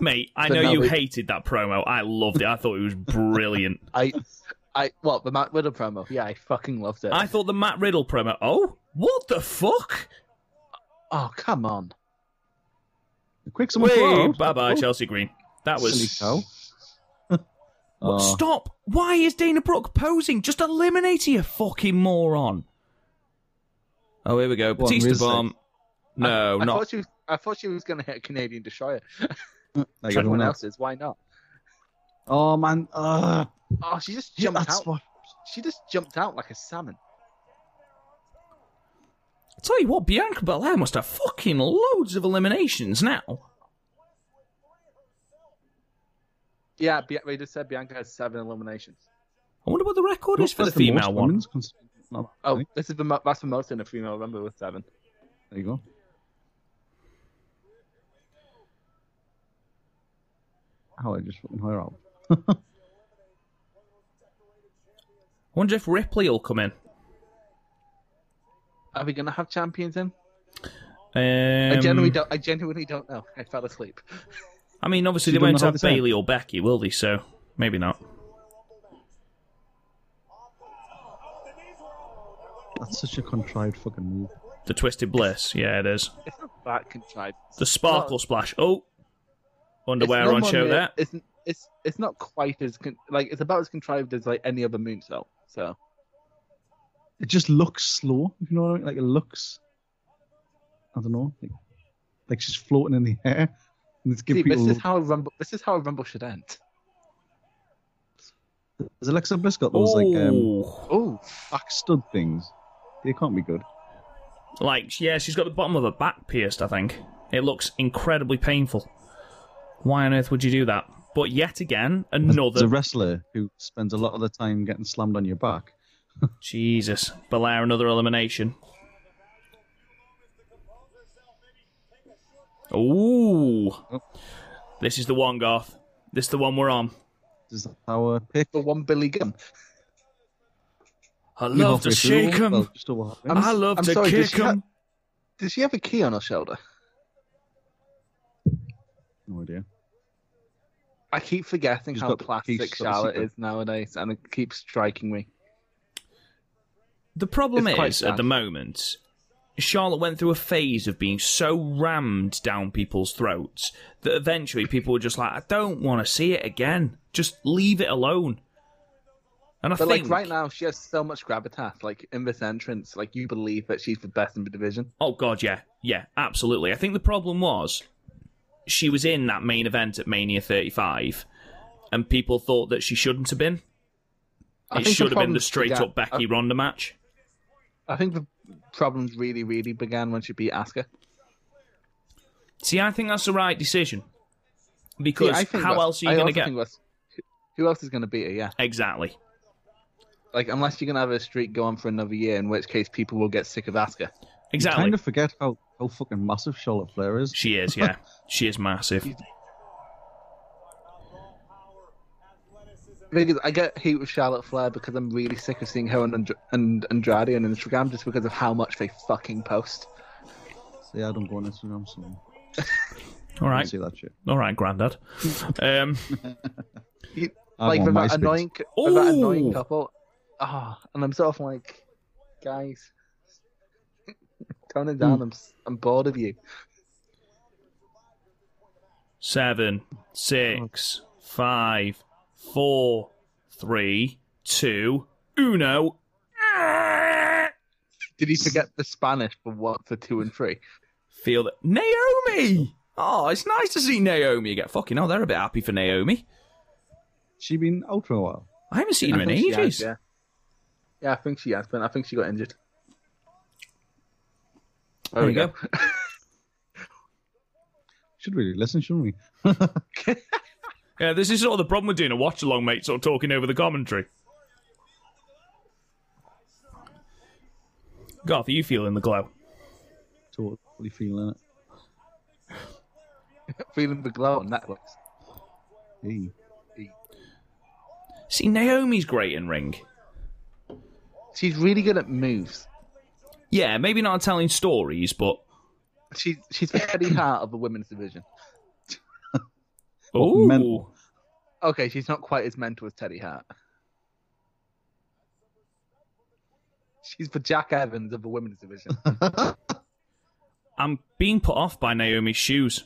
[SPEAKER 1] Mate, I
[SPEAKER 4] But
[SPEAKER 1] know
[SPEAKER 4] now
[SPEAKER 1] you
[SPEAKER 4] we-
[SPEAKER 1] hated that promo. I loved it. I thought it was
[SPEAKER 4] <laughs>
[SPEAKER 1] brilliant.
[SPEAKER 4] <laughs> I, I, what the Matt Riddle promo? Yeah, I fucking loved it.
[SPEAKER 1] I thought the Matt Riddle promo. Oh, what the fuck?
[SPEAKER 4] oh come on,
[SPEAKER 3] Quick, someone
[SPEAKER 1] Bye
[SPEAKER 3] throw. Oh,
[SPEAKER 4] Oh.
[SPEAKER 1] bye, Chelsea Green. That
[SPEAKER 3] Silly
[SPEAKER 1] was.
[SPEAKER 3] cow.
[SPEAKER 1] <laughs>
[SPEAKER 3] <laughs>
[SPEAKER 1] What-
[SPEAKER 3] Oh.
[SPEAKER 1] Stop! Why is Dana Brooke posing? Just eliminate her, you fucking moron. Oh, here we go.
[SPEAKER 3] What,
[SPEAKER 1] Batista
[SPEAKER 3] Riz-
[SPEAKER 1] bomb. No,
[SPEAKER 4] I
[SPEAKER 1] not
[SPEAKER 4] thought she was. I thought she was going to hit a Canadian destroyer.
[SPEAKER 3] Like
[SPEAKER 4] Everyone
[SPEAKER 3] everyone else.
[SPEAKER 4] else's. Why not?
[SPEAKER 3] Oh man, Ugh.
[SPEAKER 4] Oh, she just
[SPEAKER 3] Yeah,
[SPEAKER 4] jumped
[SPEAKER 3] that's
[SPEAKER 4] out.
[SPEAKER 3] what.
[SPEAKER 4] She just jumped out like a salmon.
[SPEAKER 1] I tell you what, Bianca Belair must have fucking loads of eliminations now.
[SPEAKER 4] Yeah, Bi- we just said Bianca has seven eliminations.
[SPEAKER 1] I wonder what the record is for the female one.
[SPEAKER 4] Oh, this is the mo- that's the most in a female. Remember with seven.
[SPEAKER 3] there you go. How I just fucking <laughs> her out.
[SPEAKER 1] I wonder if Ripley will come in.
[SPEAKER 4] Are we gonna have champions in? I genuinely
[SPEAKER 1] Um,
[SPEAKER 4] don't. I genuinely don't know. I fell asleep.
[SPEAKER 1] I mean, obviously,
[SPEAKER 3] You
[SPEAKER 1] they
[SPEAKER 3] don't
[SPEAKER 1] won't
[SPEAKER 3] know how
[SPEAKER 1] have
[SPEAKER 3] this ends.
[SPEAKER 1] Bailey or Becky, will they? So maybe not.
[SPEAKER 3] That's such a contrived fucking move.
[SPEAKER 1] The Twisted Bliss. Yeah, it is.
[SPEAKER 4] It's not that contrived.
[SPEAKER 1] The Sparkle Splash. Oh,
[SPEAKER 4] It's
[SPEAKER 1] underwear
[SPEAKER 4] no
[SPEAKER 1] on
[SPEAKER 4] more
[SPEAKER 1] show
[SPEAKER 4] moon-
[SPEAKER 1] there.
[SPEAKER 4] It's it's it's not quite as con- like it's about as contrived as like any other moonsault. So
[SPEAKER 3] It just looks slow, if you know what I mean. Like it looks, I don't know, like, like she's floating in the air. And it's giving
[SPEAKER 4] See,
[SPEAKER 3] people.
[SPEAKER 4] this is how a rumble. This is how a rumble should end.
[SPEAKER 3] Has Alexa Bliss got those
[SPEAKER 1] Oh,
[SPEAKER 3] like um,
[SPEAKER 4] Oh,
[SPEAKER 3] back stud things? They can't be good.
[SPEAKER 1] like yeah, she's got the bottom of her back pierced. I think it looks incredibly painful. Why on earth would you do that? But yet again,
[SPEAKER 3] As
[SPEAKER 1] another
[SPEAKER 3] a wrestler who spends a lot of the time getting slammed on your back.
[SPEAKER 1] Jesus, Belair, another elimination. Ooh,
[SPEAKER 3] Oh.
[SPEAKER 1] this is the one, Garth. This is the one we're on.
[SPEAKER 3] This is our pick.
[SPEAKER 4] the one Billy Gunn.
[SPEAKER 1] I
[SPEAKER 3] We're
[SPEAKER 1] love
[SPEAKER 3] halfway
[SPEAKER 1] to
[SPEAKER 3] through.
[SPEAKER 1] shake 'em.
[SPEAKER 3] Well, just over halfway.
[SPEAKER 4] I'm
[SPEAKER 1] I love
[SPEAKER 4] I'm
[SPEAKER 1] to
[SPEAKER 4] sorry, does
[SPEAKER 1] kick
[SPEAKER 4] she ha-
[SPEAKER 1] 'em.
[SPEAKER 4] Does she have a key on her shoulder?
[SPEAKER 3] no idea.
[SPEAKER 4] I keep forgetting
[SPEAKER 3] She's
[SPEAKER 4] how
[SPEAKER 3] got the keys,
[SPEAKER 4] plastic
[SPEAKER 3] she's got the
[SPEAKER 4] Charlotte
[SPEAKER 3] secret.
[SPEAKER 4] is nowadays, and it keeps striking me.
[SPEAKER 1] The problem
[SPEAKER 4] It's quite
[SPEAKER 1] is, at
[SPEAKER 4] sad.
[SPEAKER 1] the moment, Charlotte went through a phase of being so rammed down people's throats that eventually people were just like, I don't want to see it again. Just leave it alone. And I
[SPEAKER 4] But
[SPEAKER 1] think
[SPEAKER 4] like right now, she has so much gravitas. Like in this entrance, like you believe that she's the best in the division.
[SPEAKER 1] Oh god, yeah, yeah, absolutely. I think the problem was she was in that main event at Mania 35, and people thought that she shouldn't have been.
[SPEAKER 4] I
[SPEAKER 1] It
[SPEAKER 4] think
[SPEAKER 1] should have been the
[SPEAKER 4] problems
[SPEAKER 1] straight
[SPEAKER 4] began-
[SPEAKER 1] up Becky Ronda match.
[SPEAKER 4] I, I think the problems really, really began when she beat Asuka.
[SPEAKER 1] See, I think that's the right decision
[SPEAKER 4] See,
[SPEAKER 1] because
[SPEAKER 4] I think
[SPEAKER 1] how
[SPEAKER 4] that's-
[SPEAKER 1] else are
[SPEAKER 4] I
[SPEAKER 1] you going to
[SPEAKER 4] also
[SPEAKER 1] get
[SPEAKER 4] think that's- Who else is going to beat her? Yeah,
[SPEAKER 1] exactly?
[SPEAKER 4] like unless you're going to have a streak go on for another year, in which case people will get sick of Asuka.
[SPEAKER 1] Exactly.
[SPEAKER 3] Kind of forget how, how fucking massive Charlotte Flair is.
[SPEAKER 1] She is,
[SPEAKER 4] <laughs>
[SPEAKER 1] yeah. she is massive.
[SPEAKER 4] Because I get heat with Charlotte Flair because I'm really sick of seeing her on and, and Andrade on Instagram just because of how much they fucking post.
[SPEAKER 3] See, I don't go on Instagram, so
[SPEAKER 1] All
[SPEAKER 3] I don't
[SPEAKER 1] right,
[SPEAKER 3] see that shit.
[SPEAKER 1] all right, Grandad.
[SPEAKER 4] <laughs>
[SPEAKER 1] Um,
[SPEAKER 4] You-
[SPEAKER 3] I'm
[SPEAKER 4] like
[SPEAKER 3] on
[SPEAKER 4] with that
[SPEAKER 3] MySpace.
[SPEAKER 4] annoying, with that
[SPEAKER 1] Ooh.
[SPEAKER 4] annoying couple. Ah, and I'm sort of like, guys, <laughs> tone it down. I'm s- I'm bored of you.
[SPEAKER 1] seven, six, five, four, three, two, uno.
[SPEAKER 4] Did he forget the Spanish for what for two and three?
[SPEAKER 1] Feel that Naomi. Oh, it's nice to see Naomi again. Fucking hell, they're a bit happy for Naomi.
[SPEAKER 3] She been out for a while.
[SPEAKER 1] I haven't seen her
[SPEAKER 4] I
[SPEAKER 1] in
[SPEAKER 4] think she
[SPEAKER 1] ages.
[SPEAKER 4] has, yeah. yeah, I think she has, but I think she got injured.
[SPEAKER 1] There
[SPEAKER 4] There, we
[SPEAKER 1] you go.
[SPEAKER 4] go. <laughs>
[SPEAKER 3] Should really listen, shouldn't we?
[SPEAKER 1] Yeah, this is sort of the problem with doing a watch along, mate. Sort of talking over the commentary. Garth, are you feeling the glow?
[SPEAKER 3] Totally feeling it.
[SPEAKER 4] Feeling the glow on Netflix.
[SPEAKER 3] Hey.
[SPEAKER 1] See, Naomi's great in ring.
[SPEAKER 4] She's really good at moves.
[SPEAKER 1] Yeah, maybe not telling stories, but
[SPEAKER 4] She's she's the <coughs> Eddie Hart of the women's division.
[SPEAKER 1] oh,
[SPEAKER 3] mental.
[SPEAKER 4] Okay, she's not quite as mental as Teddy Hart. She's the Jack Evans of the women's <laughs> division.
[SPEAKER 1] I'm being put off by Naomi's shoes.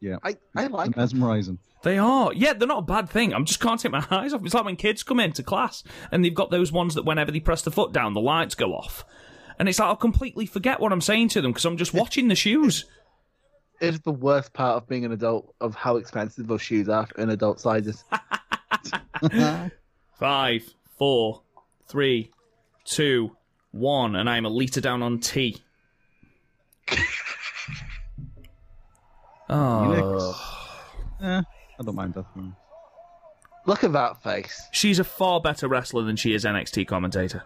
[SPEAKER 3] Yeah.
[SPEAKER 4] I, I like
[SPEAKER 1] <sighs>
[SPEAKER 4] her.
[SPEAKER 3] mesmerizing.
[SPEAKER 1] They are, yeah, they're not a bad thing. I'm just can't take my <laughs> eyes off. It's like when kids come into class and they've got those ones that whenever they press the foot down, the lights go off, and it's like I'll completely forget what I'm saying to them because I'm just watching the shoes.
[SPEAKER 4] It's the worst part of being an adult of how expensive those shoes are in adult sizes.
[SPEAKER 1] Five, four, three, two, one, and I'm a litre down on tea.
[SPEAKER 3] Felix.
[SPEAKER 1] <laughs> oh,
[SPEAKER 3] Eh, I don't mind that. One.
[SPEAKER 4] Look at that face.
[SPEAKER 1] she's a far better wrestler than she is NXT commentator.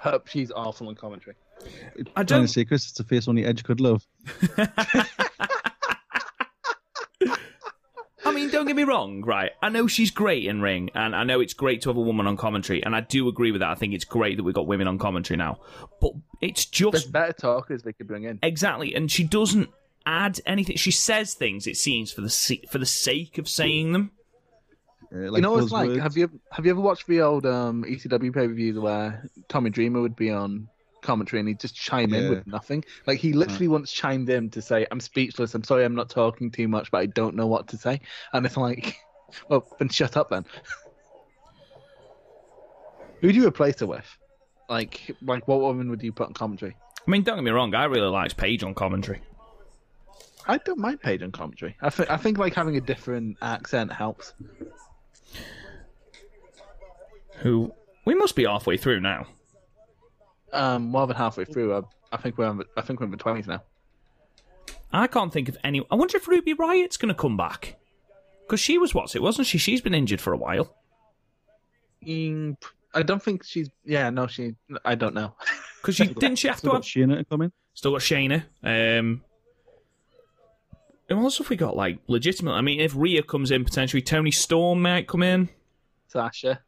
[SPEAKER 4] Hope she's awful on commentary.
[SPEAKER 1] I
[SPEAKER 3] Trying
[SPEAKER 1] don't.
[SPEAKER 3] to say, Chris, it's a face only Edge could love.
[SPEAKER 1] I mean, don't get me wrong, right? I know she's great in ring, and I know it's great to have a woman on commentary, and I do agree with that. I think it's great that we've got women on commentary now, but it's
[SPEAKER 4] There's
[SPEAKER 1] just
[SPEAKER 4] better talkers they could bring in.
[SPEAKER 1] exactly, and she doesn't add anything. She says things it seems for the se- for the sake of saying them.
[SPEAKER 3] Uh, like
[SPEAKER 4] you know what it's
[SPEAKER 3] Phil's
[SPEAKER 4] like?
[SPEAKER 3] words.
[SPEAKER 4] Have you have you ever watched the old um, ECW pay per views where Tommy Dreamer would be on commentary and he'd just chime in
[SPEAKER 3] Yeah.
[SPEAKER 4] with nothing? Like he literally once chimed in to say, "I'm speechless. I'm sorry, I'm not talking too much, but I don't know what to say." And it's like, <laughs> well, then shut up then. <laughs> Who do you replace her with? Like, like what woman would you put on commentary?
[SPEAKER 1] I mean, don't get me wrong, I really liked Paige on commentary.
[SPEAKER 4] I don't mind Paige on commentary. I think I think like having a different accent helps.
[SPEAKER 1] Who we must be halfway through now.
[SPEAKER 4] Um, more than halfway through, I, I think we're in the- I think we're in the twenties now.
[SPEAKER 1] I can't think of any. I wonder if Ruby Riot's going to come back because she was what's it wasn't she? She's been injured for a while.
[SPEAKER 4] Mm, p- I don't think she's. Yeah, no, she. I don't know. <laughs>
[SPEAKER 1] Because
[SPEAKER 3] <laughs>
[SPEAKER 1] she didn't she have to
[SPEAKER 3] Still
[SPEAKER 1] have
[SPEAKER 3] got Shayna to come in.
[SPEAKER 1] Still got Shayna. Um, and what else have we got? Like legitimate. I mean, if Rhea comes in potentially, Tony Storm might come in.
[SPEAKER 4] Sasha.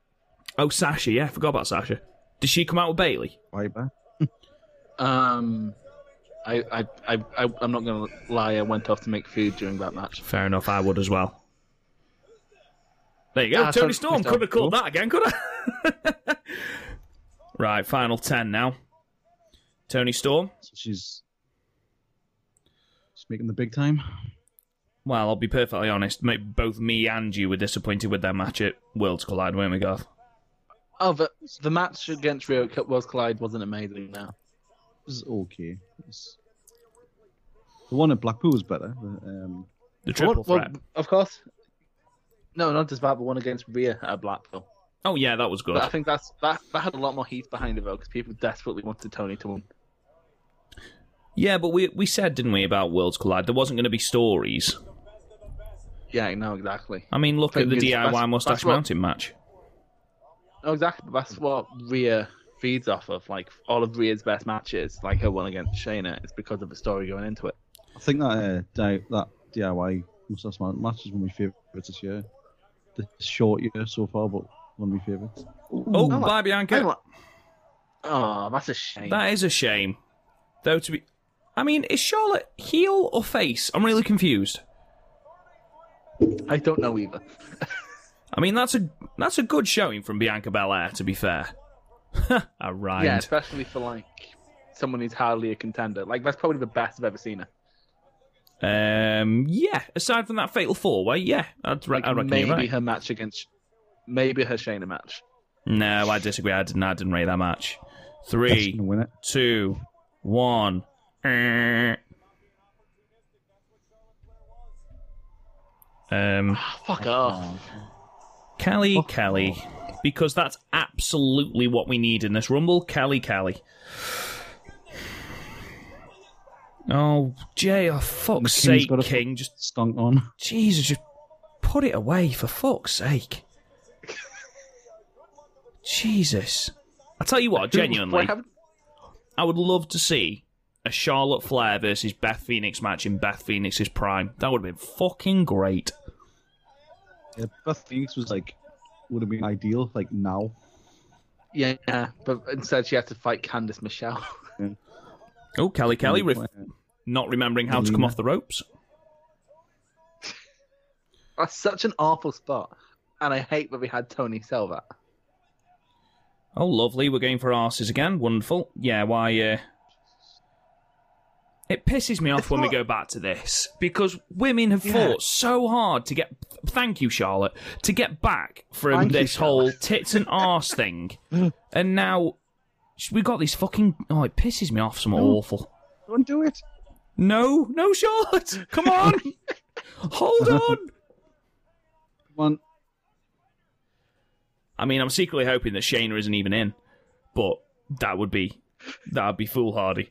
[SPEAKER 1] Oh, Sasha. Yeah, I forgot about Sasha. Did she come out with Bailey?
[SPEAKER 3] Why back?
[SPEAKER 4] Um, I, I, I, I I'm not gonna lie. I went off to make food during that match.
[SPEAKER 1] Fair enough. I would as well. There you go.
[SPEAKER 4] Ah,
[SPEAKER 1] Tony
[SPEAKER 4] Tony
[SPEAKER 1] Storm
[SPEAKER 4] Storm.
[SPEAKER 1] couldn't have called that again, could I? <laughs> right, final ten now. Tony Storm.
[SPEAKER 3] So she's she's making the big time.
[SPEAKER 1] Well, I'll be perfectly honest. ma- Both me and you were disappointed with their match at Worlds Collide, weren't we, Garth?
[SPEAKER 4] Oh, but the match against Rio Cup was Clyde wasn't amazing. Now
[SPEAKER 3] It was okay. It was- The one at Blackpool was better. The, um,
[SPEAKER 1] The triple
[SPEAKER 4] Well, well,
[SPEAKER 1] threat.
[SPEAKER 4] of course. No, not just that, but one against Rhea at Blackpool.
[SPEAKER 1] Oh yeah, that was good.
[SPEAKER 4] But I think that's that, that had a lot more heat behind it though, because people desperately wanted Tony to win.
[SPEAKER 1] Yeah, but we we said, didn't we, about Worlds Collide? There wasn't going to be stories.
[SPEAKER 4] Yeah, no, exactly.
[SPEAKER 1] I mean, look
[SPEAKER 4] But
[SPEAKER 1] at the
[SPEAKER 4] it's-
[SPEAKER 1] DIY
[SPEAKER 4] that's-
[SPEAKER 1] Mustache
[SPEAKER 4] that's what-
[SPEAKER 1] Mountain match.
[SPEAKER 4] No, Oh, exactly. But that's what Rhea feeds off of. Like all of Rhea's best matches, like her one against Shayna, is because of the story going into it.
[SPEAKER 3] I think that uh, di- that DIY mustache Man match is one of my favourites this year. The short year so far, but one of my favourites.
[SPEAKER 1] Oh,
[SPEAKER 4] I like-
[SPEAKER 1] bye,
[SPEAKER 4] I'm
[SPEAKER 1] Bianca.
[SPEAKER 4] like, oh, that's a shame.
[SPEAKER 1] That is a shame. Though to be, I mean, is Charlotte heel or face? I'm really confused.
[SPEAKER 4] I don't know either.
[SPEAKER 1] I mean, that's a that's a good showing from Bianca Belair. To be fair, <laughs> I rhymed.
[SPEAKER 4] Yeah, especially for like someone who's hardly a contender. Like that's probably the best I've ever seen her.
[SPEAKER 1] Um, yeah. Aside from that fatal four way, yeah, I'd re-
[SPEAKER 4] Like
[SPEAKER 1] I reckon
[SPEAKER 4] maybe
[SPEAKER 1] you're right.
[SPEAKER 4] her match against, maybe her Shayna match.
[SPEAKER 1] No, I disagree. I didn't. I didn't rate that match.
[SPEAKER 3] That's
[SPEAKER 1] Three,
[SPEAKER 3] gonna win it.
[SPEAKER 1] two, one. Eh. Um,
[SPEAKER 4] Oh, fuck off.
[SPEAKER 1] Kelly,
[SPEAKER 3] Oh.
[SPEAKER 1] Kelly, because that's absolutely what we need in this rumble. Kelly, Kelly. Oh, Jay, oh, fuck's
[SPEAKER 3] King's
[SPEAKER 1] sake,
[SPEAKER 3] gotta-
[SPEAKER 1] King, just
[SPEAKER 3] Stunk on.
[SPEAKER 1] Jesus, just put it away for fuck's sake. Jesus. I tell you what, genuinely,
[SPEAKER 4] Why haven't-
[SPEAKER 1] I would love to see a Charlotte Flair versus Beth Phoenix match in Beth Phoenix's prime. That would have been fucking great.
[SPEAKER 3] Yeah, <laughs> Beth Phoenix was like would have been ideal like now.
[SPEAKER 4] yeah, but instead she had to fight Candice Michelle. <laughs>
[SPEAKER 1] Oh, Kelly Kelly, ref- not remembering how to come
[SPEAKER 3] Lena.
[SPEAKER 1] off the ropes.
[SPEAKER 4] that's such an awful spot, and I hate that we had Tony sell that.
[SPEAKER 1] Oh, lovely. We're going for arses again. Wonderful. Yeah, why? Uh... It pisses me off when we
[SPEAKER 4] not-
[SPEAKER 1] go back to this because women have fought so hard to get. Thank you, Charlotte, to get back from
[SPEAKER 4] Thank you,
[SPEAKER 1] this whole tits and arse
[SPEAKER 4] <laughs>
[SPEAKER 1] thing, and now we got these fucking. Oh, it pisses me off. Some awful.
[SPEAKER 3] Don't do it.
[SPEAKER 1] No, no, Charlotte,
[SPEAKER 4] <laughs>
[SPEAKER 1] come on, hold on.
[SPEAKER 3] Come on.
[SPEAKER 1] I mean, I'm secretly hoping that Shayna isn't even in, but That would be that would be
[SPEAKER 4] <laughs>
[SPEAKER 1] foolhardy.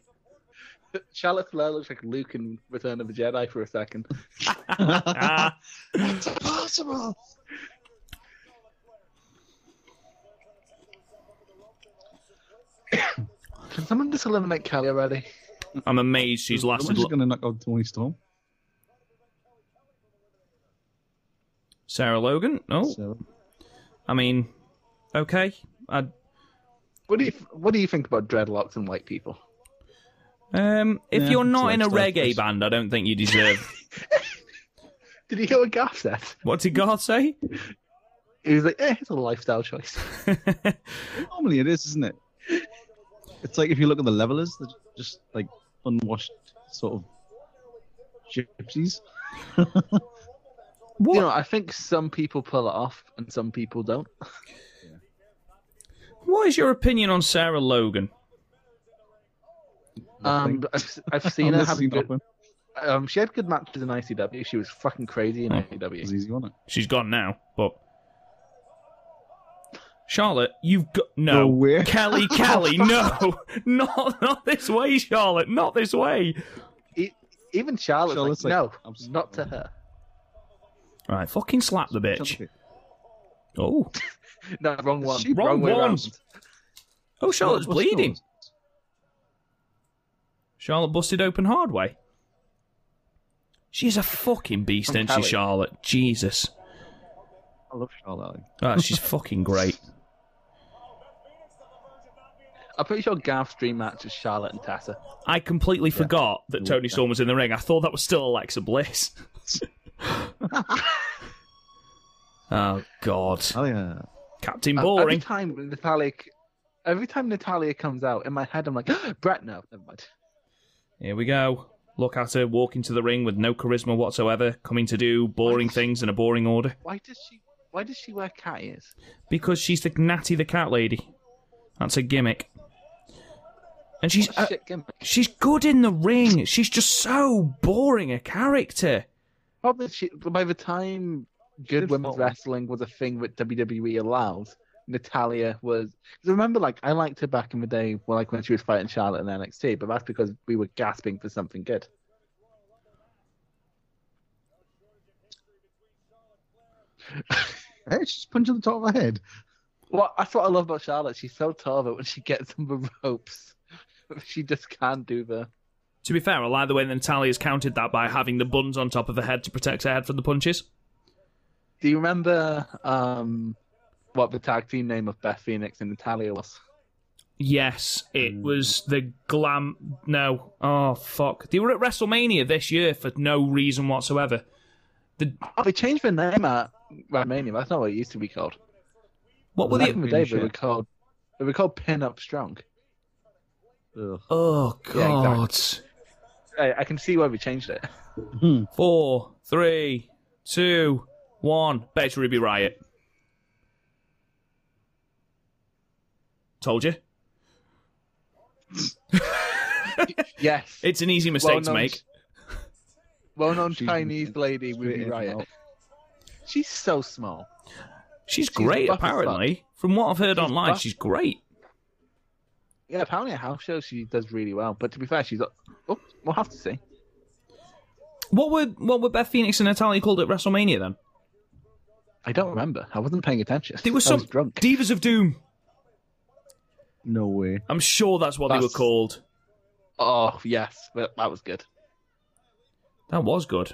[SPEAKER 4] Charlotte Flair looks like Luke in Return of the Jedi for a second.
[SPEAKER 1] Ah,
[SPEAKER 3] It's impossible.
[SPEAKER 4] Can someone just eliminate Kelly already?
[SPEAKER 1] I'm amazed she's lasted.
[SPEAKER 3] Someone's
[SPEAKER 1] Lo-
[SPEAKER 3] going to knock out Tony Storm.
[SPEAKER 1] Sarah Logan. Oh,
[SPEAKER 3] So,
[SPEAKER 1] I mean, okay. I
[SPEAKER 4] What do you What do you think about dreadlocks and white people?
[SPEAKER 1] um, if
[SPEAKER 3] Yeah,
[SPEAKER 1] you're not
[SPEAKER 3] it's
[SPEAKER 1] in a
[SPEAKER 3] like
[SPEAKER 1] reggae
[SPEAKER 3] Starfish.
[SPEAKER 1] band, I don't think you
[SPEAKER 3] <laughs>
[SPEAKER 1] deserve.
[SPEAKER 4] Did you hear what Gaff said?
[SPEAKER 1] what did Garth say? <laughs>
[SPEAKER 4] He was like, "Eh, it's a lifestyle choice."
[SPEAKER 3] normally it is, isn't it? It's like if you look at the levelers, they're just like unwashed sort of gypsies.
[SPEAKER 4] You know, I think some people pull it off and some people don't.
[SPEAKER 1] What is your opinion on Sarah Logan?
[SPEAKER 3] Nothing.
[SPEAKER 4] Um, but Um, I've, <laughs> I've
[SPEAKER 3] I'm
[SPEAKER 4] seen her have
[SPEAKER 3] listening to
[SPEAKER 4] good,
[SPEAKER 3] that one.
[SPEAKER 4] um, she had good matches in ICW. She was fucking crazy in
[SPEAKER 1] Oh.
[SPEAKER 3] It was
[SPEAKER 4] ICW.
[SPEAKER 3] easy, wasn't it?
[SPEAKER 1] She's gone now, but Charlotte, you've got no.
[SPEAKER 3] Go where?
[SPEAKER 1] Kelly, Kelly, no, <laughs> not not this way, Charlotte, not this way.
[SPEAKER 4] E- Even Charlotte's,
[SPEAKER 3] Charlotte's
[SPEAKER 4] like,
[SPEAKER 3] like,
[SPEAKER 4] no,
[SPEAKER 3] absolutely
[SPEAKER 4] not to
[SPEAKER 3] not."
[SPEAKER 4] her.
[SPEAKER 1] Right, fucking slap the bitch. Oh,
[SPEAKER 4] No, wrong one.
[SPEAKER 3] She-
[SPEAKER 4] wrong
[SPEAKER 1] Wrong
[SPEAKER 4] way
[SPEAKER 1] one.
[SPEAKER 4] round.
[SPEAKER 1] oh, Charlotte's
[SPEAKER 3] What's
[SPEAKER 1] bleeding.
[SPEAKER 3] yours?
[SPEAKER 1] Charlotte busted open hard way. She's a fucking beast,
[SPEAKER 4] From
[SPEAKER 1] isn't she,
[SPEAKER 4] Kelly.
[SPEAKER 1] Charlotte? Jesus,
[SPEAKER 3] I love Charlotte.
[SPEAKER 1] Ah, she's
[SPEAKER 4] <laughs>
[SPEAKER 1] fucking great.
[SPEAKER 4] I'm pretty sure Gaff's dream match is Charlotte and Tessa.
[SPEAKER 1] I completely forgot that Tony Storm was in the ring. I thought that was still Alexa
[SPEAKER 4] <laughs>
[SPEAKER 1] Bliss. oh God,
[SPEAKER 3] Oh yeah.
[SPEAKER 1] Captain
[SPEAKER 4] Uh, Every
[SPEAKER 1] Boring.
[SPEAKER 4] time Natalia, every time Natalia comes out, in my head I'm like, <gasps> Brett, no, never mind.
[SPEAKER 1] Here we go. Look at her walk into the ring with no charisma whatsoever, coming to do boring things in a boring order.
[SPEAKER 4] Why does she? Why does she wear cat ears?
[SPEAKER 1] Because she's the Natty the Cat Lady. That's a gimmick. And she's
[SPEAKER 4] What a
[SPEAKER 1] uh,
[SPEAKER 4] shit gimmick.
[SPEAKER 1] she's good in the ring. She's just so boring a character.
[SPEAKER 4] Probably she, by the time good
[SPEAKER 3] Good
[SPEAKER 4] women's
[SPEAKER 3] fault.
[SPEAKER 4] wrestling was a thing that WWE allowed, Natalia was. Cause remember, like I liked her back in the day, well, like when she was fighting Charlotte in NXT, but that's because we were gasping for something good.
[SPEAKER 3] Hey, she's punching the top of her head.
[SPEAKER 4] Well, that's what I love about Charlotte. She's so tall that when she gets on the <laughs> ropes, she just can't do the.
[SPEAKER 1] To be fair, I like the way that Natalia's countered that by having the buns on top of her head to protect her head from the punches.
[SPEAKER 4] Do you remember um, what the tag team name of Beth Phoenix and Natalia was?
[SPEAKER 1] Yes, it was the glam. No, oh fuck! They were at WrestleMania this year for no reason whatsoever.
[SPEAKER 4] Oh, they changed their name at Romania. That's not what it used to be called.
[SPEAKER 1] What were
[SPEAKER 4] Back
[SPEAKER 1] they?
[SPEAKER 4] in the day,
[SPEAKER 3] Really
[SPEAKER 4] they were
[SPEAKER 3] shit.
[SPEAKER 4] called they were called Pin Up Strong.
[SPEAKER 3] Ugh.
[SPEAKER 1] Oh
[SPEAKER 4] Yeah,
[SPEAKER 1] god!
[SPEAKER 4] I, I can see why we changed it. <laughs>
[SPEAKER 1] Four, three, two, one. Bet Ruby Riot. Told you.
[SPEAKER 4] Yes,
[SPEAKER 1] It's an easy mistake to
[SPEAKER 4] Well-known-
[SPEAKER 1] make.
[SPEAKER 4] <laughs> well-known
[SPEAKER 3] She's-
[SPEAKER 4] Chinese lady Ruby
[SPEAKER 3] Straight in.
[SPEAKER 4] Riot. She's so small.
[SPEAKER 1] She's great,
[SPEAKER 4] buff as fuck.
[SPEAKER 1] apparently. From what I've heard online,
[SPEAKER 4] buff.
[SPEAKER 1] she's great.
[SPEAKER 4] Yeah, apparently at house shows she does really well. But to be fair, she's oh, we'll have to see.
[SPEAKER 1] What were what were Beth Phoenix and Natalia called at WrestleMania then?
[SPEAKER 4] I don't remember. I wasn't paying attention.
[SPEAKER 1] They were
[SPEAKER 4] <laughs> I
[SPEAKER 1] some
[SPEAKER 4] was drunk.
[SPEAKER 1] Divas of Doom.
[SPEAKER 3] No way.
[SPEAKER 1] I'm sure that's what they were
[SPEAKER 4] That's-
[SPEAKER 1] called.
[SPEAKER 4] Oh yes, that, that was good.
[SPEAKER 1] That was good.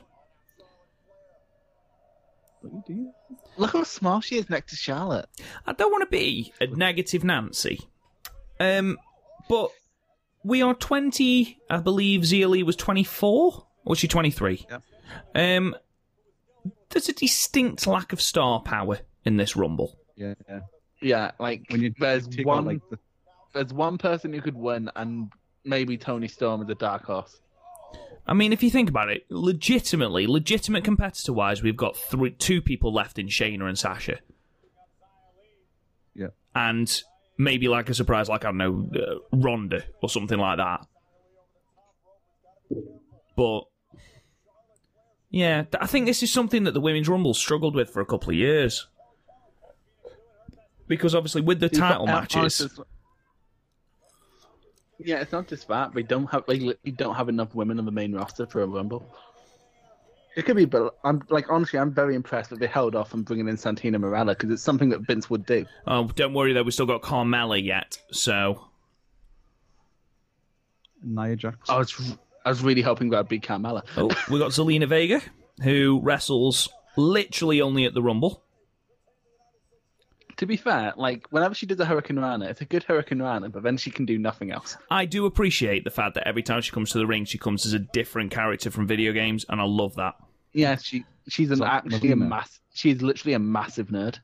[SPEAKER 3] What do you?
[SPEAKER 4] Look how small she is next to Charlotte.
[SPEAKER 1] I don't want to be a negative Nancy, um, but we are 20. I believe Zia Lee was 24, or was she 23?
[SPEAKER 3] Yep.
[SPEAKER 1] Um, there's a distinct lack of star power in this Rumble.
[SPEAKER 3] Yeah, yeah.
[SPEAKER 4] Yeah, like
[SPEAKER 3] When you
[SPEAKER 4] there's
[SPEAKER 3] take out,
[SPEAKER 4] one
[SPEAKER 3] like the
[SPEAKER 4] there's one person who could win, and maybe Tony Storm is a dark horse.
[SPEAKER 1] I mean, if you think about it, legitimately, legitimate competitor wise, we've got three, two people left in Shayna and Sasha.
[SPEAKER 3] Yeah.
[SPEAKER 1] And maybe like a surprise, like, I don't know, uh, Ronda or something like that. But, yeah, th- I think this is something that the Women's Rumble struggled with for a couple of years. Because obviously, with the title
[SPEAKER 4] You've got Emma
[SPEAKER 1] matches.
[SPEAKER 4] Harris as- Yeah, it's not just that they don't have they literally don't have enough women on the main roster for a rumble. It could be, but I'm like honestly, I'm very impressed that they held off on bringing in Santina Morella because it's something that Vince would do.
[SPEAKER 1] Oh, don't worry though, we've still got Carmella yet, so
[SPEAKER 3] Nia Jax.
[SPEAKER 4] I was I was really hoping that'd be Carmella.
[SPEAKER 1] oh, we got Zelina Vega, who wrestles literally only at the Rumble.
[SPEAKER 4] To be fair, like whenever she does a Hurricane Rana, it's a good Hurricane Rana, but then she can do nothing else.
[SPEAKER 1] I do appreciate the fact that every time she comes to the ring, she comes as a different character from video games, and I love that.
[SPEAKER 4] Yeah, she she's an
[SPEAKER 3] So,
[SPEAKER 4] actually a
[SPEAKER 3] Melina.
[SPEAKER 4] mass. She's literally a massive nerd.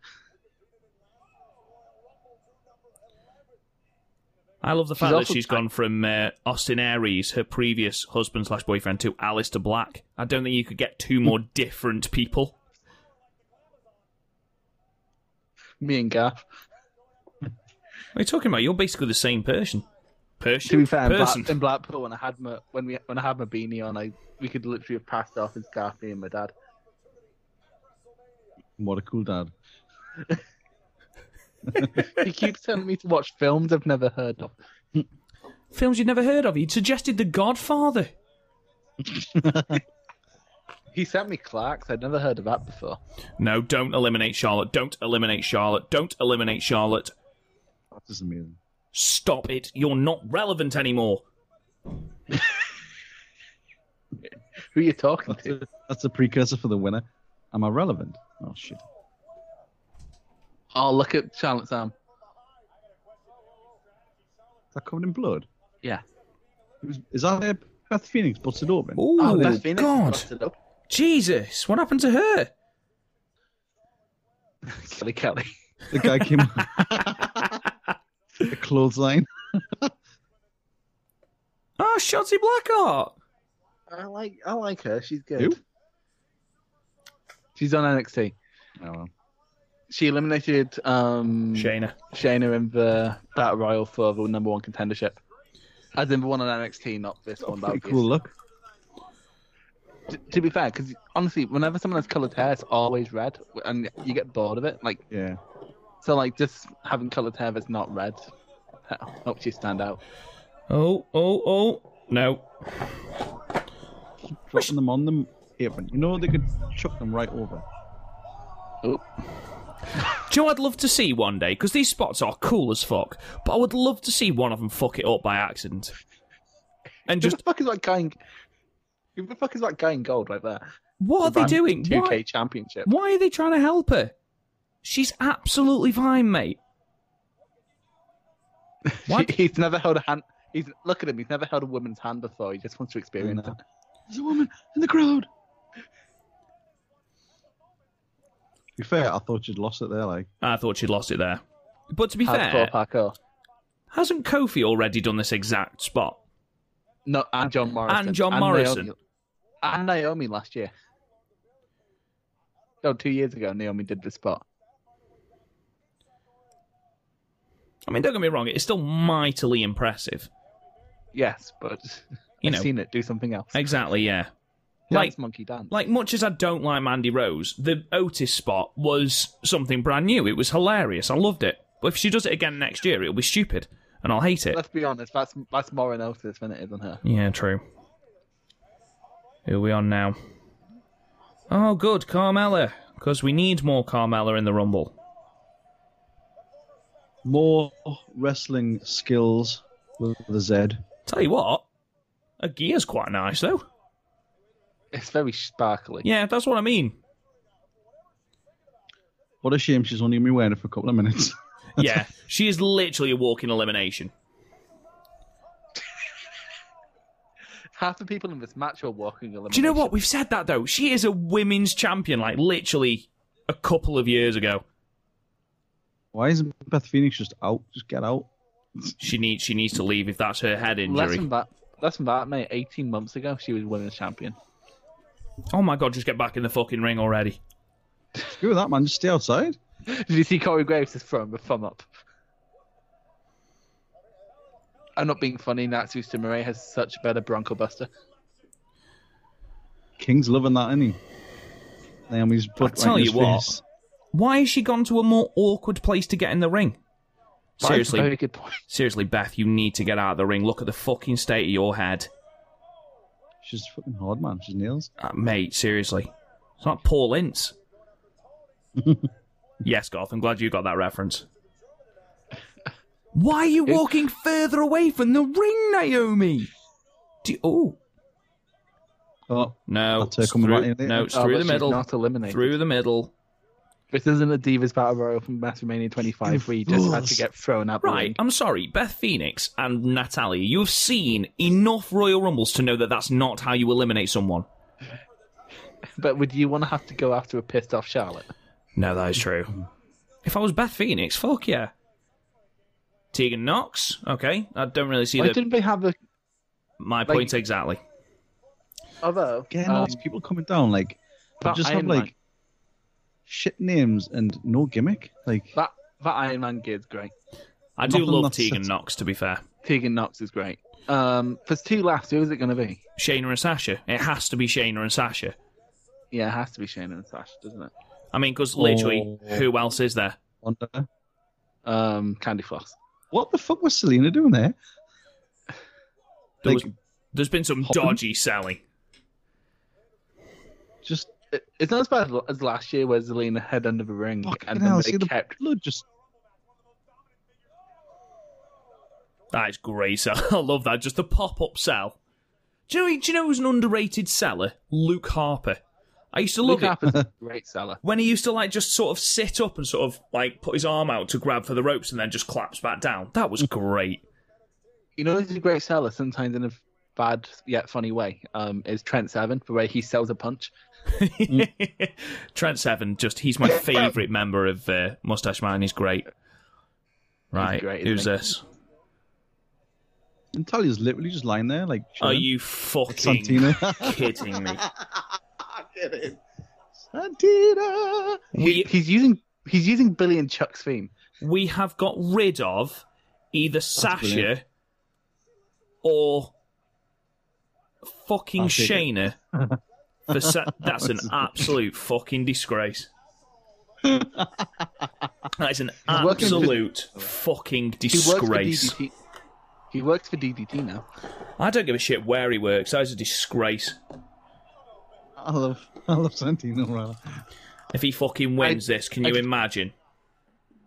[SPEAKER 1] I love the fact that
[SPEAKER 4] also-
[SPEAKER 1] she's gone from uh, Austin Aries, her previous husband slash boyfriend, to Alistair Black. I don't think you could get two more different people.
[SPEAKER 4] Me and Gaff.
[SPEAKER 1] What are you talking about? You're basically the same person. Person.
[SPEAKER 4] To be fair, in,
[SPEAKER 1] person.
[SPEAKER 4] Black, in Blackpool, when I had my when we when I had my beanie on, I we could literally have passed off as Gaff me and my dad.
[SPEAKER 3] What a cool dad. <laughs>
[SPEAKER 4] He <laughs> keeps telling me to watch films I've never heard of.
[SPEAKER 1] Films you'd never heard of. He'd suggested The Godfather.
[SPEAKER 4] He sent me Clarks. I'd never heard of that before.
[SPEAKER 1] No, don't eliminate Charlotte. Don't eliminate Charlotte. Don't eliminate Charlotte.
[SPEAKER 3] That's just amazing.
[SPEAKER 1] Stop it. You're not relevant anymore.
[SPEAKER 4] Who are you talking
[SPEAKER 3] That's
[SPEAKER 4] to?
[SPEAKER 3] a, that's a precursor for the winner. Am I relevant? Oh shit.
[SPEAKER 4] Oh, look at Charlotte Sam.
[SPEAKER 3] Is that covered in blood?
[SPEAKER 4] Yeah.
[SPEAKER 3] It was- Is that there? Beth Phoenix busted open.
[SPEAKER 1] Ooh,
[SPEAKER 4] oh, Beth Phoenix
[SPEAKER 1] God.
[SPEAKER 4] crossed it up. <laughs>
[SPEAKER 1] Jesus, what happened to her?
[SPEAKER 4] Kelly Kelly.
[SPEAKER 3] The guy came. the clothesline.
[SPEAKER 1] Oh, Shotzi Blackheart.
[SPEAKER 4] I like I like her. She's good.
[SPEAKER 3] Who?
[SPEAKER 4] She's on NXT.
[SPEAKER 3] Oh, well.
[SPEAKER 4] She eliminated um
[SPEAKER 1] Shayna.
[SPEAKER 4] Shayna in the Battle Royal for the number one contendership. As in the one on NXT, not this one.
[SPEAKER 3] Pretty
[SPEAKER 4] that
[SPEAKER 3] cool
[SPEAKER 4] cool.
[SPEAKER 3] look.
[SPEAKER 4] To be fair, because honestly, whenever someone has coloured hair, it's always red, and you get bored of it. Like
[SPEAKER 3] Yeah.
[SPEAKER 4] so, like just having coloured hair that's not red helps you stand out.
[SPEAKER 1] Oh, oh, oh. No.
[SPEAKER 3] Dropping them on them apron. You know they could chuck them right over.
[SPEAKER 4] Oh,
[SPEAKER 1] Joe, I'd love to see one day, because these spots are cool as fuck, but I would love to see one of them fuck it up by accident. And
[SPEAKER 4] just
[SPEAKER 1] just,
[SPEAKER 4] <laughs> the fuck is that guy? In... Who the fuck is that guy in gold right there?
[SPEAKER 1] what are they doing?
[SPEAKER 4] Two
[SPEAKER 1] Why,
[SPEAKER 4] K championship.
[SPEAKER 1] why are they trying to help her? She's absolutely fine,
[SPEAKER 4] <laughs>
[SPEAKER 1] mate. What?
[SPEAKER 4] He- he's never held a hand. He's look at him. He's never held a woman's hand before. He just wants to experience it.
[SPEAKER 3] There's a woman in the crowd. To be fair, I thought you'd lost it there. Like,
[SPEAKER 1] I thought she'd lost it there. But to be fair,
[SPEAKER 4] Hardcore parkour.
[SPEAKER 1] hasn't Kofi already done this exact spot?
[SPEAKER 4] No, and John Morrison.
[SPEAKER 1] And John Morrison.
[SPEAKER 4] Naomi- and Naomi last year. No, two years ago, Naomi did the spot.
[SPEAKER 1] I mean, don't get me wrong, it's still mightily impressive.
[SPEAKER 4] Yes, but <laughs>
[SPEAKER 1] You
[SPEAKER 4] I've
[SPEAKER 1] know.
[SPEAKER 4] seen it do something else.
[SPEAKER 1] Exactly, yeah.
[SPEAKER 4] Dance
[SPEAKER 1] Like,
[SPEAKER 4] monkey dance.
[SPEAKER 1] like much as I don't like Mandy Rose, the Otis spot was something brand new. It was hilarious. I loved it. But if she does it again next year, it'll be stupid, and I'll hate it.
[SPEAKER 4] Let's be honest. That's that's more an Otis than it is on her.
[SPEAKER 1] Yeah, true. Who are we on now? Oh, good, Carmella, because we need more Carmella in the Rumble.
[SPEAKER 3] more wrestling skills with a Z.
[SPEAKER 1] Tell you what, her gear's quite nice though.
[SPEAKER 4] It's very sparkly.
[SPEAKER 1] Yeah, that's what I mean.
[SPEAKER 3] What a shame she's only going to be wearing it for a couple of minutes. <laughs>
[SPEAKER 1] Yeah, she is literally a walking elimination.
[SPEAKER 4] Half the people in this match are walking.
[SPEAKER 1] Do you know what? We've said that though. She is a women's champion, like literally a couple of years ago.
[SPEAKER 3] Why isn't Beth Phoenix just out? Just get out.
[SPEAKER 1] She needs she needs to leave if that's her head
[SPEAKER 4] Less
[SPEAKER 1] injury.
[SPEAKER 4] than that. Less than that, mate. 18 months ago, she was women's champion. <laughs>
[SPEAKER 1] Oh my god, just get back in the fucking ring already.
[SPEAKER 3] Screw that, man. Just stay outside.
[SPEAKER 4] Did you see Corey Graves just throwing the thumb up? I'm not being funny. Natsu Sumire has such a better Bronco Buster.
[SPEAKER 3] King's loving that, isn't he? Naomi's butt.
[SPEAKER 1] tell
[SPEAKER 3] right in
[SPEAKER 1] you
[SPEAKER 3] his
[SPEAKER 1] what.
[SPEAKER 3] face.
[SPEAKER 1] Why has she gone to a more awkward place to get in the ring? Seriously,
[SPEAKER 4] Very good point.
[SPEAKER 1] seriously, Beth, you need to get out of the ring. Look at the fucking state of your head,
[SPEAKER 3] She's fucking hard, man. She's nails.
[SPEAKER 1] uh, mate. Seriously, it's not Paul Ince. yes, Garth, I'm glad you got that reference. Why are you walking further away from the ring, Naomi? Do you, oh
[SPEAKER 3] Oh,
[SPEAKER 1] no,
[SPEAKER 3] That's her
[SPEAKER 1] it's
[SPEAKER 3] coming
[SPEAKER 1] through,
[SPEAKER 3] right in there.
[SPEAKER 1] no, it's
[SPEAKER 4] Oh,
[SPEAKER 1] through
[SPEAKER 4] but
[SPEAKER 1] the
[SPEAKER 4] she's
[SPEAKER 1] middle,
[SPEAKER 4] Not eliminated.
[SPEAKER 1] through the middle.
[SPEAKER 4] This isn't a Divas Battle Royal from WrestleMania 25 where you just had to get thrown out. the
[SPEAKER 1] Right,
[SPEAKER 4] ring.
[SPEAKER 1] I'm sorry, Beth Phoenix and Natalia, you have seen enough Royal Rumbles to know that that's not how you eliminate someone.
[SPEAKER 4] But would you want to have to go after a pissed off Charlotte?
[SPEAKER 1] No, that is true. If I was Beth Phoenix, fuck yeah. Tegan Knox, okay, I don't really see
[SPEAKER 4] Why
[SPEAKER 1] the,
[SPEAKER 4] didn't they have a
[SPEAKER 1] my
[SPEAKER 4] like-
[SPEAKER 1] point exactly.
[SPEAKER 4] although
[SPEAKER 3] getting
[SPEAKER 4] um,
[SPEAKER 3] all these people coming down. Like,
[SPEAKER 4] that
[SPEAKER 3] just have
[SPEAKER 4] Iron
[SPEAKER 3] like
[SPEAKER 4] Man,
[SPEAKER 3] shit names and no gimmick. Like,
[SPEAKER 4] that that Iron Man gear's great.
[SPEAKER 1] I do
[SPEAKER 3] Nothing
[SPEAKER 1] love
[SPEAKER 3] that's
[SPEAKER 1] Tegan
[SPEAKER 3] set-
[SPEAKER 1] Knox, to be fair.
[SPEAKER 4] Tegan Knox is great. Um, for two laughs, who is it going to be?
[SPEAKER 1] Shayna and Sasha, it has to be Shayna and Sasha.
[SPEAKER 4] Yeah, it has to be Shayna and Sasha, doesn't it?
[SPEAKER 1] I mean, because literally,
[SPEAKER 3] Oh.
[SPEAKER 1] who else is there?
[SPEAKER 3] Wonder.
[SPEAKER 4] Um, Candy Floss.
[SPEAKER 3] What the fuck was Selena doing there?
[SPEAKER 1] there
[SPEAKER 3] Like-
[SPEAKER 1] was, there's been some
[SPEAKER 3] Hopping?
[SPEAKER 1] dodgy selling.
[SPEAKER 3] Just
[SPEAKER 4] It, it's not as bad as last year where Zelina head under the ring
[SPEAKER 3] fucking
[SPEAKER 4] and then
[SPEAKER 3] hell.
[SPEAKER 4] they
[SPEAKER 3] See the
[SPEAKER 4] kept.
[SPEAKER 3] blood just
[SPEAKER 1] That is great. <laughs> So I love that. Just the pop up sell. Do you, know, do you know who's an underrated seller? Luke Harper. I used to love
[SPEAKER 4] Look
[SPEAKER 1] it
[SPEAKER 4] up <laughs> a great seller.
[SPEAKER 1] when he used to like just sort of sit up and sort of like put his arm out to grab for the ropes and then just claps back down. That was great. <laughs>
[SPEAKER 4] You know, who's a great seller sometimes in a bad yet funny way. Um, is Trent Seven the way he sells a punch?
[SPEAKER 1] Trent Seven, just he's
[SPEAKER 4] <laughs>
[SPEAKER 1] my favourite member of uh, Mustache Man. He's great. Right,
[SPEAKER 4] great, isn't
[SPEAKER 1] who's
[SPEAKER 4] he?
[SPEAKER 1] this?
[SPEAKER 3] Natalia's literally just lying there, like
[SPEAKER 1] Are
[SPEAKER 3] chilling.
[SPEAKER 1] you fucking
[SPEAKER 3] Santina?
[SPEAKER 1] kidding me?
[SPEAKER 3] <laughs> Santina.
[SPEAKER 4] He,
[SPEAKER 1] We-
[SPEAKER 4] he's using he's using Billy and Chuck's theme.
[SPEAKER 1] we have got rid of either Sasha
[SPEAKER 3] brilliant.
[SPEAKER 1] or fucking
[SPEAKER 3] I'll take it.
[SPEAKER 4] <laughs>
[SPEAKER 1] Shayna. For Sa- that's an absolute fucking
[SPEAKER 4] <laughs>
[SPEAKER 1] disgrace. That is an
[SPEAKER 4] working for-
[SPEAKER 1] absolute fucking
[SPEAKER 4] He works for
[SPEAKER 1] disgrace.
[SPEAKER 4] DDT. He works for DDT now.
[SPEAKER 1] I don't give a shit where he works. That is a disgrace.
[SPEAKER 3] I love, I love Santina. Rather,
[SPEAKER 1] If he fucking wins this, can
[SPEAKER 4] I
[SPEAKER 1] you
[SPEAKER 4] just-
[SPEAKER 1] imagine?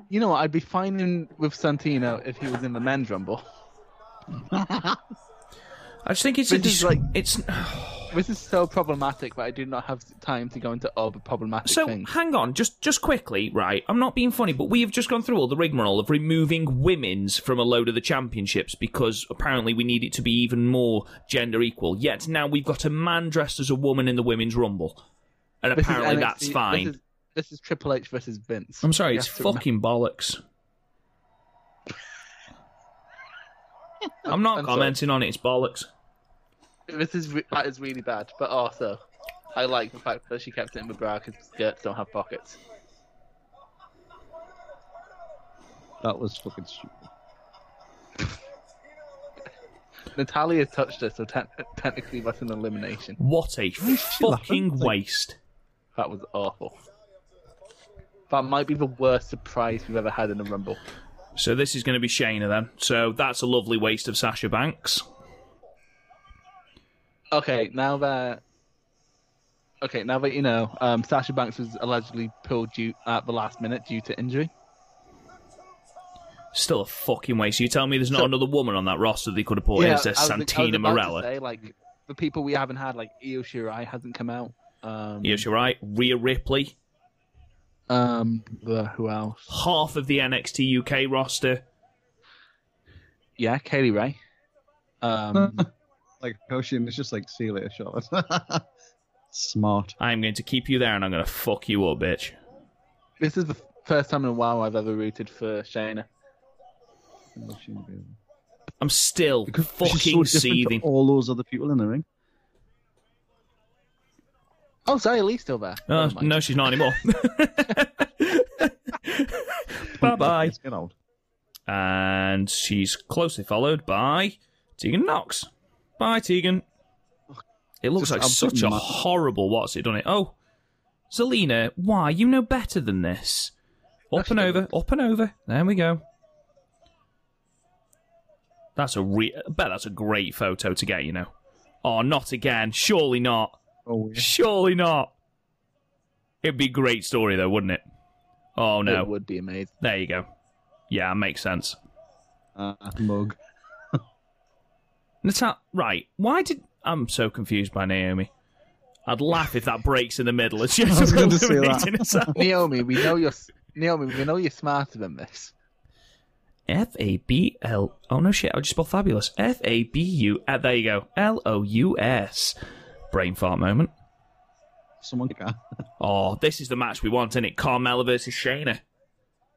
[SPEAKER 4] You know what? I'd be fine in, with Santino if he was in the men's rumble.
[SPEAKER 1] I just think it's a
[SPEAKER 4] But he's
[SPEAKER 1] dis-
[SPEAKER 4] like-
[SPEAKER 1] it's
[SPEAKER 4] This is so problematic, but I do not have time to go into all the problematic
[SPEAKER 1] So
[SPEAKER 4] things.
[SPEAKER 1] hang on, just just quickly, right? I'm not being funny, but we have just gone through all the rigmarole of removing women's from a load of the championships because apparently we need it to be even more gender equal. Yet now we've got a man dressed as a woman in the women's rumble, and
[SPEAKER 4] This is
[SPEAKER 1] apparently
[SPEAKER 4] NXT
[SPEAKER 1] that's fine.
[SPEAKER 4] This is, this is Triple H versus Vince.
[SPEAKER 1] I'm sorry,
[SPEAKER 4] You
[SPEAKER 1] it's
[SPEAKER 4] have to remember-
[SPEAKER 1] fucking
[SPEAKER 4] <laughs>
[SPEAKER 1] bollocks. I'm not
[SPEAKER 4] I'm sorry.
[SPEAKER 1] commenting on it. It's bollocks.
[SPEAKER 4] This is re- that is really bad. But also, I like the fact that she kept it in the bra because skirts don't have pockets.
[SPEAKER 3] that was fucking stupid.
[SPEAKER 4] Natalia touched her, so te- technically that's an elimination.
[SPEAKER 1] What a fucking
[SPEAKER 3] laughing? Like-
[SPEAKER 1] waste.
[SPEAKER 4] That was awful. That might be the worst surprise we've ever had in a rumble.
[SPEAKER 1] So this is going to be Shayna then. So that's a lovely waste of Sasha Banks.
[SPEAKER 4] Okay, now that okay, now that you know, um, Sasha Banks was allegedly pulled due at the last minute due to injury.
[SPEAKER 1] Still a fucking waste. You tell me there's not
[SPEAKER 4] So-
[SPEAKER 1] another woman on that roster they could have put in instead of
[SPEAKER 4] I was- I was
[SPEAKER 1] Santina
[SPEAKER 4] about to
[SPEAKER 1] Morella.
[SPEAKER 4] say, like the people we haven't had, like Io Shirai hasn't come out. Um,
[SPEAKER 1] Yes, you're right. Rhea Ripley,
[SPEAKER 4] um, the, who else?
[SPEAKER 1] half of the NXT UK roster.
[SPEAKER 4] Yeah, Kaylee Ray. <laughs> Um,
[SPEAKER 3] Like Hoshin is just like, see you later, Charlotte. <laughs> Smart.
[SPEAKER 1] I'm going to keep you there and I'm going to fuck you up, bitch.
[SPEAKER 4] this is the first time in a while I've ever rooted for Shayna.
[SPEAKER 3] I love Shayna Baszler.
[SPEAKER 1] I'm still
[SPEAKER 3] Because she's so
[SPEAKER 1] fucking
[SPEAKER 3] different to
[SPEAKER 1] seething.
[SPEAKER 3] all those other people in the ring.
[SPEAKER 4] Oh, sorry, Lee's still there.
[SPEAKER 1] Oh,
[SPEAKER 4] Never mind.
[SPEAKER 1] no, she's not
[SPEAKER 4] <laughs>
[SPEAKER 1] anymore. <laughs> bye bye.
[SPEAKER 3] Let's get out.
[SPEAKER 1] And she's closely followed by Tegan Knox. Bye, Tegan. It looks
[SPEAKER 3] Just
[SPEAKER 1] like
[SPEAKER 3] absolute
[SPEAKER 1] such a
[SPEAKER 3] mad-
[SPEAKER 1] horrible what's it, doesn't it? Oh, Zelina, why? You know better than this. Up and over, up and over. There we go. That's a re- I bet that's a great photo to get, you know. Oh, not again. Surely not.
[SPEAKER 3] Oh, yeah.
[SPEAKER 1] Surely not. It'd be a great story though, wouldn't it? Oh
[SPEAKER 4] It
[SPEAKER 1] no.
[SPEAKER 4] would be amazing.
[SPEAKER 1] There you go. Yeah, makes sense.
[SPEAKER 3] uh, mug.
[SPEAKER 1] Natal right. Why did I'm so confused by Naomi. I'd laugh if that breaks in the middle. It's just
[SPEAKER 3] <laughs> I was gonna say that.
[SPEAKER 1] eliminating herself.
[SPEAKER 4] Naomi, we know you're s- Naomi, we know you're smarter than this.
[SPEAKER 1] F A B L. Oh no, shit! I just spelled fabulous. F A B U. Uh, there you go. L O U S. Brain fart moment.
[SPEAKER 3] Someone kick her.
[SPEAKER 1] Oh, this is the match we want, isn't it? Carmella versus Shayna.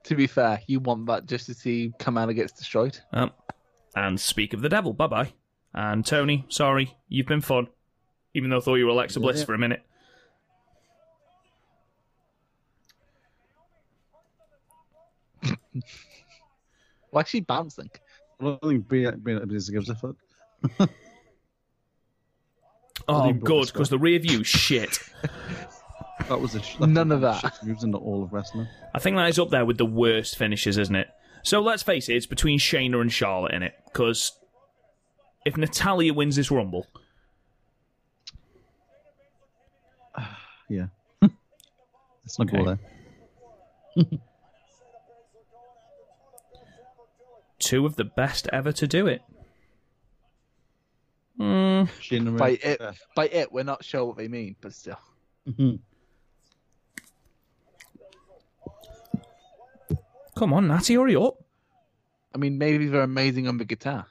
[SPEAKER 4] To be fair, you want that just to see Kamala gets destroyed.
[SPEAKER 1] Um, and speak of the devil. Bye bye. And Tony, sorry, you've been fun. Even though I thought you were Alexa Bliss for a minute.
[SPEAKER 4] Why is she bouncing?
[SPEAKER 3] I don't think Bea- Bea Blizzard gives a fuck.
[SPEAKER 1] Oh,
[SPEAKER 3] think
[SPEAKER 1] good,
[SPEAKER 3] Brock's
[SPEAKER 1] because the rear view shit.
[SPEAKER 3] That was a sh-
[SPEAKER 4] None of that.
[SPEAKER 3] shit moves into all of wrestling.
[SPEAKER 1] I think that is up there with the worst finishes, isn't it? So let's face it, it's between Shayna and Charlotte in it, because if Natalia wins this Rumble,
[SPEAKER 3] Yeah. Let's not
[SPEAKER 1] Okay.
[SPEAKER 3] go there.
[SPEAKER 1] two of the best ever to do it.
[SPEAKER 3] Shinra.
[SPEAKER 4] By it, by it, we're not sure what they mean, but still.
[SPEAKER 3] Mhm.
[SPEAKER 1] Come on, Natty, hurry up.
[SPEAKER 4] I mean, maybe they're amazing on the guitar.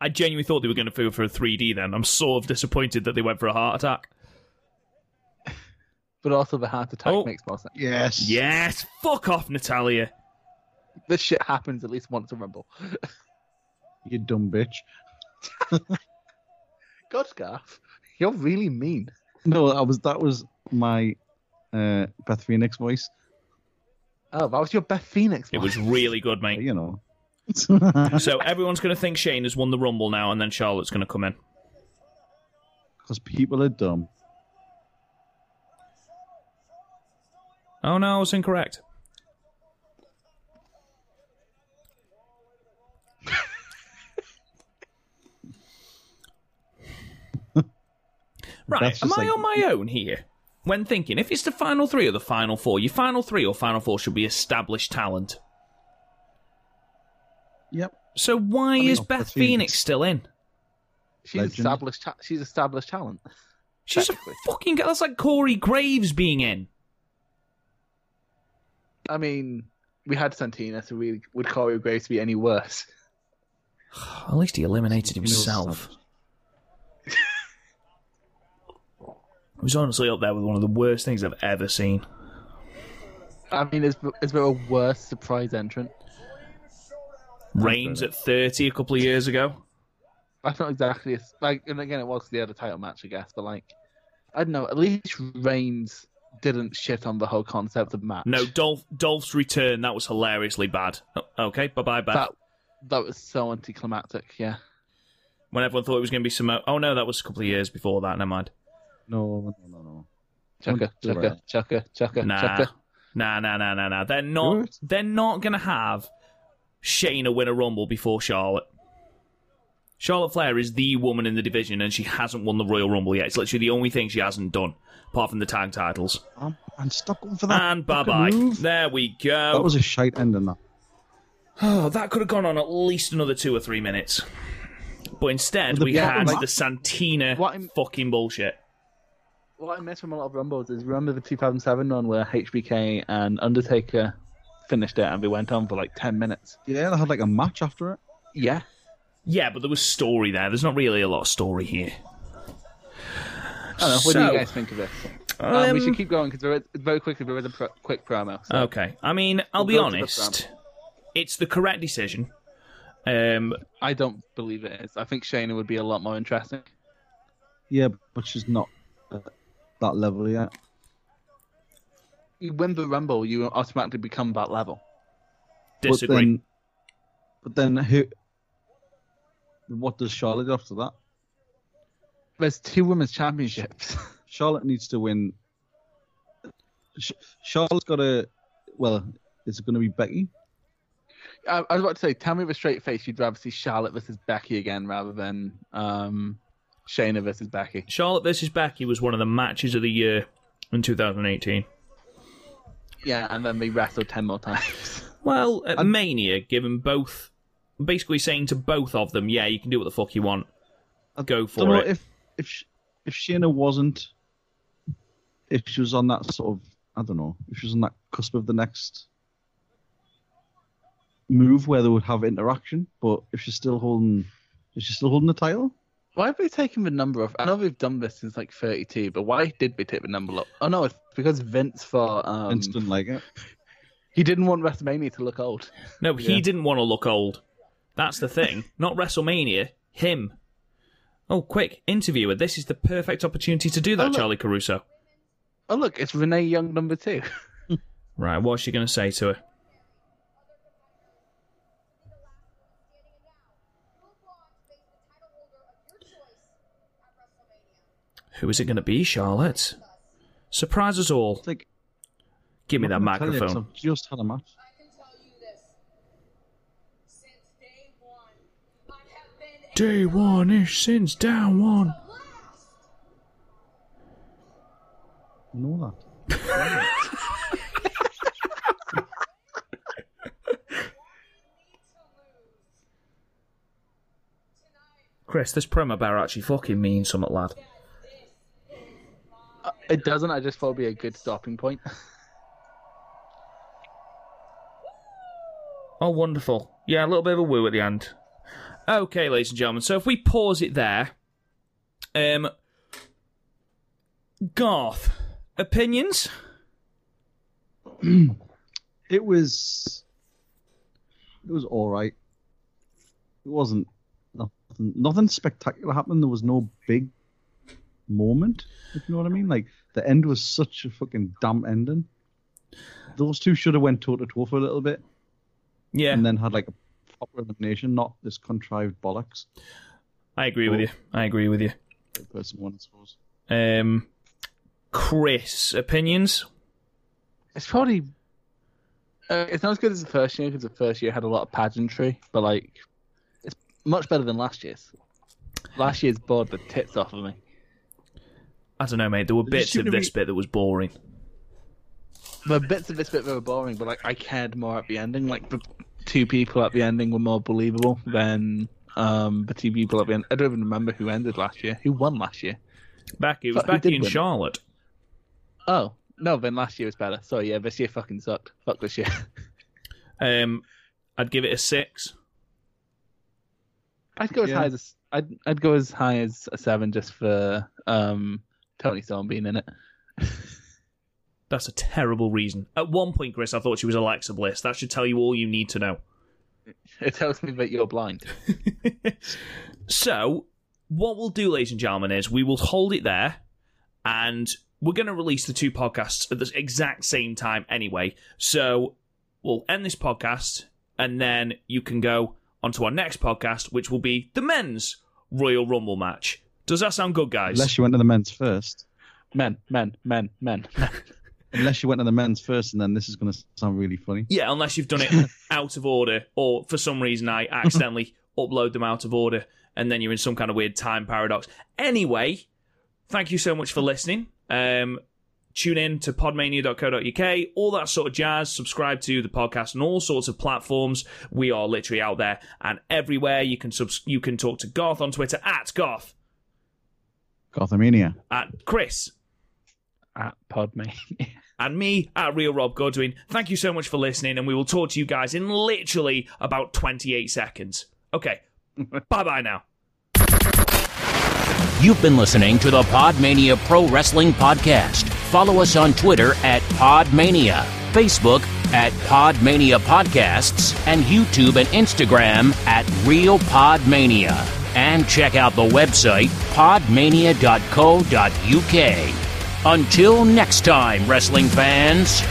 [SPEAKER 1] I genuinely thought they were going to go for a 3D then. I'm sort of disappointed that they went for a heart attack.
[SPEAKER 4] But also the heart attack
[SPEAKER 1] Oh.
[SPEAKER 4] makes more sense.
[SPEAKER 3] Yes.
[SPEAKER 1] Yes, fuck off, Natalia.
[SPEAKER 4] This shit happens at least once a rumble.
[SPEAKER 3] You dumb bitch.
[SPEAKER 4] God, Garth, you're really mean.
[SPEAKER 3] No, I was. That was my uh, Beth Phoenix voice.
[SPEAKER 4] Oh, that was your Beth Phoenix.
[SPEAKER 1] It
[SPEAKER 4] one.
[SPEAKER 1] was really good, mate.
[SPEAKER 3] You know.
[SPEAKER 1] So everyone's going to think Shane has won the Rumble now, and then Charlotte's going to come in.
[SPEAKER 3] Because people are dumb.
[SPEAKER 1] Oh no, I was incorrect. right,
[SPEAKER 3] That's
[SPEAKER 1] am
[SPEAKER 3] just
[SPEAKER 1] I
[SPEAKER 3] like-
[SPEAKER 1] on my own here? When thinking, if it's the final three or the final four, your final three or final four should be established talent.
[SPEAKER 3] Yep.
[SPEAKER 1] So why
[SPEAKER 3] mean,
[SPEAKER 1] is
[SPEAKER 3] of
[SPEAKER 1] Beth
[SPEAKER 3] course,
[SPEAKER 1] Phoenix
[SPEAKER 3] Phoenix.
[SPEAKER 1] still in?
[SPEAKER 4] she's
[SPEAKER 3] Legend.
[SPEAKER 4] established. Ta- she's established talent.
[SPEAKER 1] She's a
[SPEAKER 4] Technically.
[SPEAKER 1] fucking girl. That's like Corey Graves being in.
[SPEAKER 4] I mean, we had Santina, so we would Corey Graves be any worse?
[SPEAKER 1] Oh, At least he eliminated himself. It was honestly up there with one of the worst things I've ever seen.
[SPEAKER 4] I mean, is is there a worse surprise entrant?
[SPEAKER 1] Reigns at 30 a couple of years ago.
[SPEAKER 4] That's not exactly a, like. And again, it was the other title match, I guess. But like, I don't know. At least Reigns didn't shit on the whole concept of match.
[SPEAKER 1] No, Dolph Dolph's return, that was hilariously bad. O- Okay, bye bye, Beth.
[SPEAKER 4] that that was so anticlimactic. Yeah.
[SPEAKER 1] When everyone thought it was going to be Samoa. Oh no, that was a couple of years before that, never mind.
[SPEAKER 3] No, no, no, no.
[SPEAKER 4] Chucker,
[SPEAKER 3] Don't do
[SPEAKER 4] chucker,
[SPEAKER 3] that.
[SPEAKER 4] chucker, chucker,
[SPEAKER 1] Nah.
[SPEAKER 4] chucker.
[SPEAKER 1] Nah, nah, nah, nah, nah. They're not,
[SPEAKER 4] What?
[SPEAKER 1] they're not going to have Shayna win a Rumble before Charlotte. Charlotte Flair is the woman in the division, and she hasn't won the Royal Rumble yet. It's literally the only thing she hasn't done, apart from the tag titles.
[SPEAKER 3] Um, and stop going for that.
[SPEAKER 1] And bye
[SPEAKER 3] fucking
[SPEAKER 1] bye.
[SPEAKER 3] move.
[SPEAKER 1] There we go.
[SPEAKER 3] That was a shite ending. That.
[SPEAKER 1] Oh, that could have gone on at least another two or three minutes. But instead,
[SPEAKER 3] The
[SPEAKER 1] we had
[SPEAKER 3] problem-
[SPEAKER 1] the Santina
[SPEAKER 4] What I'm-
[SPEAKER 1] fucking bullshit.
[SPEAKER 4] What I miss from a lot of Rumbles is remember the 2007 one where HBK and Undertaker finished it and we went on for like 10 minutes.
[SPEAKER 3] Yeah, they had like a match after it.
[SPEAKER 4] Yeah.
[SPEAKER 1] Yeah, but there was story there. There's not really a lot of story here.
[SPEAKER 4] I don't know. What do
[SPEAKER 1] So-
[SPEAKER 4] you guys think of this? Um, we should keep going because there is very quickly there is a pro- quick promo. So
[SPEAKER 1] Okay. I mean, I'll be
[SPEAKER 4] We'll go to the
[SPEAKER 1] honest. It's the correct decision. Um,
[SPEAKER 4] I don't believe it is. I think Shayna would be a lot more interesting.
[SPEAKER 3] Yeah, but she's not at that level yet.
[SPEAKER 4] You win the Rumble, you automatically become that level.
[SPEAKER 1] disagree.
[SPEAKER 3] But then, but then who? What does Charlotte do after that?
[SPEAKER 4] There's two women's championships. <laughs>
[SPEAKER 3] Charlotte needs to win. Sh- Charlotte's got to. Well, it's going to be Becky.
[SPEAKER 4] I, I was about to say, tell me with a straight face you'd rather see Charlotte versus Becky again rather than um, Shayna versus Becky.
[SPEAKER 1] Charlotte versus Becky was one of the matches of the year in 2018.
[SPEAKER 4] Yeah, and then they wrestled ten more times. <laughs>
[SPEAKER 1] Well, at Mania, given both, basically saying to both of them, yeah, you can do what the fuck you want.
[SPEAKER 3] I
[SPEAKER 1] Go
[SPEAKER 3] don't
[SPEAKER 1] for
[SPEAKER 3] know
[SPEAKER 1] it.
[SPEAKER 3] if if Sh- if Shayna wasn't, if she was on that sort of, I don't know, if she was on that cusp of the next move where they would have interaction, but if she's still holding, is she still holding the title?
[SPEAKER 4] Why have they taken the number off? I know they've done this since like 32, but why did they take the number up? Oh no, it's because Vince for um,
[SPEAKER 3] Vince didn't like it.
[SPEAKER 4] he didn't want WrestleMania to look old.
[SPEAKER 1] No, he didn't want to look old. That's the thing. Not WrestleMania, him. Oh, quick, interviewer, this is the perfect opportunity to do that,
[SPEAKER 4] look.
[SPEAKER 1] Charlie Caruso.
[SPEAKER 4] Oh look, it's Renee Young number two. <laughs>
[SPEAKER 1] Right, what's she going to say to her? Who is it going to be, Charlotte? Surprise us all.
[SPEAKER 3] It's like
[SPEAKER 1] Give me that
[SPEAKER 3] I'm not gonna tell you 'cause
[SPEAKER 1] microphone.
[SPEAKER 3] I've just had a match.
[SPEAKER 1] Day one ish since down one.
[SPEAKER 3] I know that.
[SPEAKER 1] Chris, this promo bar actually fucking means something, lad.
[SPEAKER 4] It doesn't. I just thought it'd be a good stopping point.
[SPEAKER 1] Oh, wonderful. Yeah, a little bit of a woo at the end. Okay, ladies and gentlemen. So if we pause it there, um, Garth, opinions?
[SPEAKER 3] It was. It was all right. It wasn't nothing. Nothing spectacular happened. There was no big moment. If you know what I mean. Like the end was such a fucking damp ending. Those two should have went toe to toe for a little bit
[SPEAKER 1] Yeah,
[SPEAKER 3] and then had like a proper elimination, not this contrived bollocks.
[SPEAKER 1] I agree with you. I agree with you.
[SPEAKER 3] Like person one, I suppose.
[SPEAKER 1] Um, Chris, opinions?
[SPEAKER 4] It's probably. Uh, it's not as good as the first year because the first year had a lot of pageantry, but like, it's much better than last year's. Last year's bored the tits off of me.
[SPEAKER 1] I don't know, mate. There were
[SPEAKER 3] just
[SPEAKER 1] bits
[SPEAKER 3] seem
[SPEAKER 1] of
[SPEAKER 3] to be-
[SPEAKER 1] this bit that was boring.
[SPEAKER 4] The bits of this bit were boring, but like I cared more at the ending. Like the two people at the ending were more believable than um the two people at the end. I don't even remember who ended last year. Who won last year?
[SPEAKER 1] Becky, it was
[SPEAKER 4] Fuck, who
[SPEAKER 1] Becky
[SPEAKER 4] did
[SPEAKER 1] and
[SPEAKER 4] win?
[SPEAKER 1] Charlotte.
[SPEAKER 4] Oh no, then last year was better. So yeah, this year fucking sucked. Fuck this year. <laughs>
[SPEAKER 1] Um, I'd give it a six.
[SPEAKER 4] I'd go as
[SPEAKER 3] Yeah.
[SPEAKER 4] high as a s- I'd I'd go as high as a seven just for um Tony Storm being in it.
[SPEAKER 1] That's a terrible reason. At one point, Chris, I thought she was Alexa Bliss. That should tell you all you need to know.
[SPEAKER 4] It tells me that you're blind.
[SPEAKER 1] So, what we'll do, ladies and gentlemen, is we will hold it there and we're going to release the two podcasts at the exact same time anyway. So, we'll end this podcast and then you can go onto our next podcast, which will be the men's Royal Rumble match. Does that sound good, guys?
[SPEAKER 3] Unless you went to the men's first.
[SPEAKER 4] Men, men, men, men. men.
[SPEAKER 3] Unless you went to the men's first, and then this is going to sound really funny.
[SPEAKER 1] Yeah, unless you've done it out of order, or for some reason I accidentally upload them out of order, and then you're in some kind of weird time paradox. Anyway, thank you so much for listening. Um, tune in to podmania.co.uk, all that sort of jazz. Subscribe to the podcast on all sorts of platforms. We are literally out there and everywhere. You can subs- you can talk to Garth on Twitter at Garth
[SPEAKER 3] Gothamania.
[SPEAKER 1] at Chris
[SPEAKER 4] Ah, pod me.
[SPEAKER 1] and me at Real Rob Godwin. Thank you so much for listening, and we will talk to you guys in literally about 28 seconds. Okay, bye bye now.
[SPEAKER 5] You've been listening to the Podmania Pro Wrestling Podcast. Follow us on Twitter at Podmania, Facebook at Podmania Podcasts, and YouTube and Instagram at Real Podmania. And check out the website podmania.co.uk. Until next time, wrestling fans.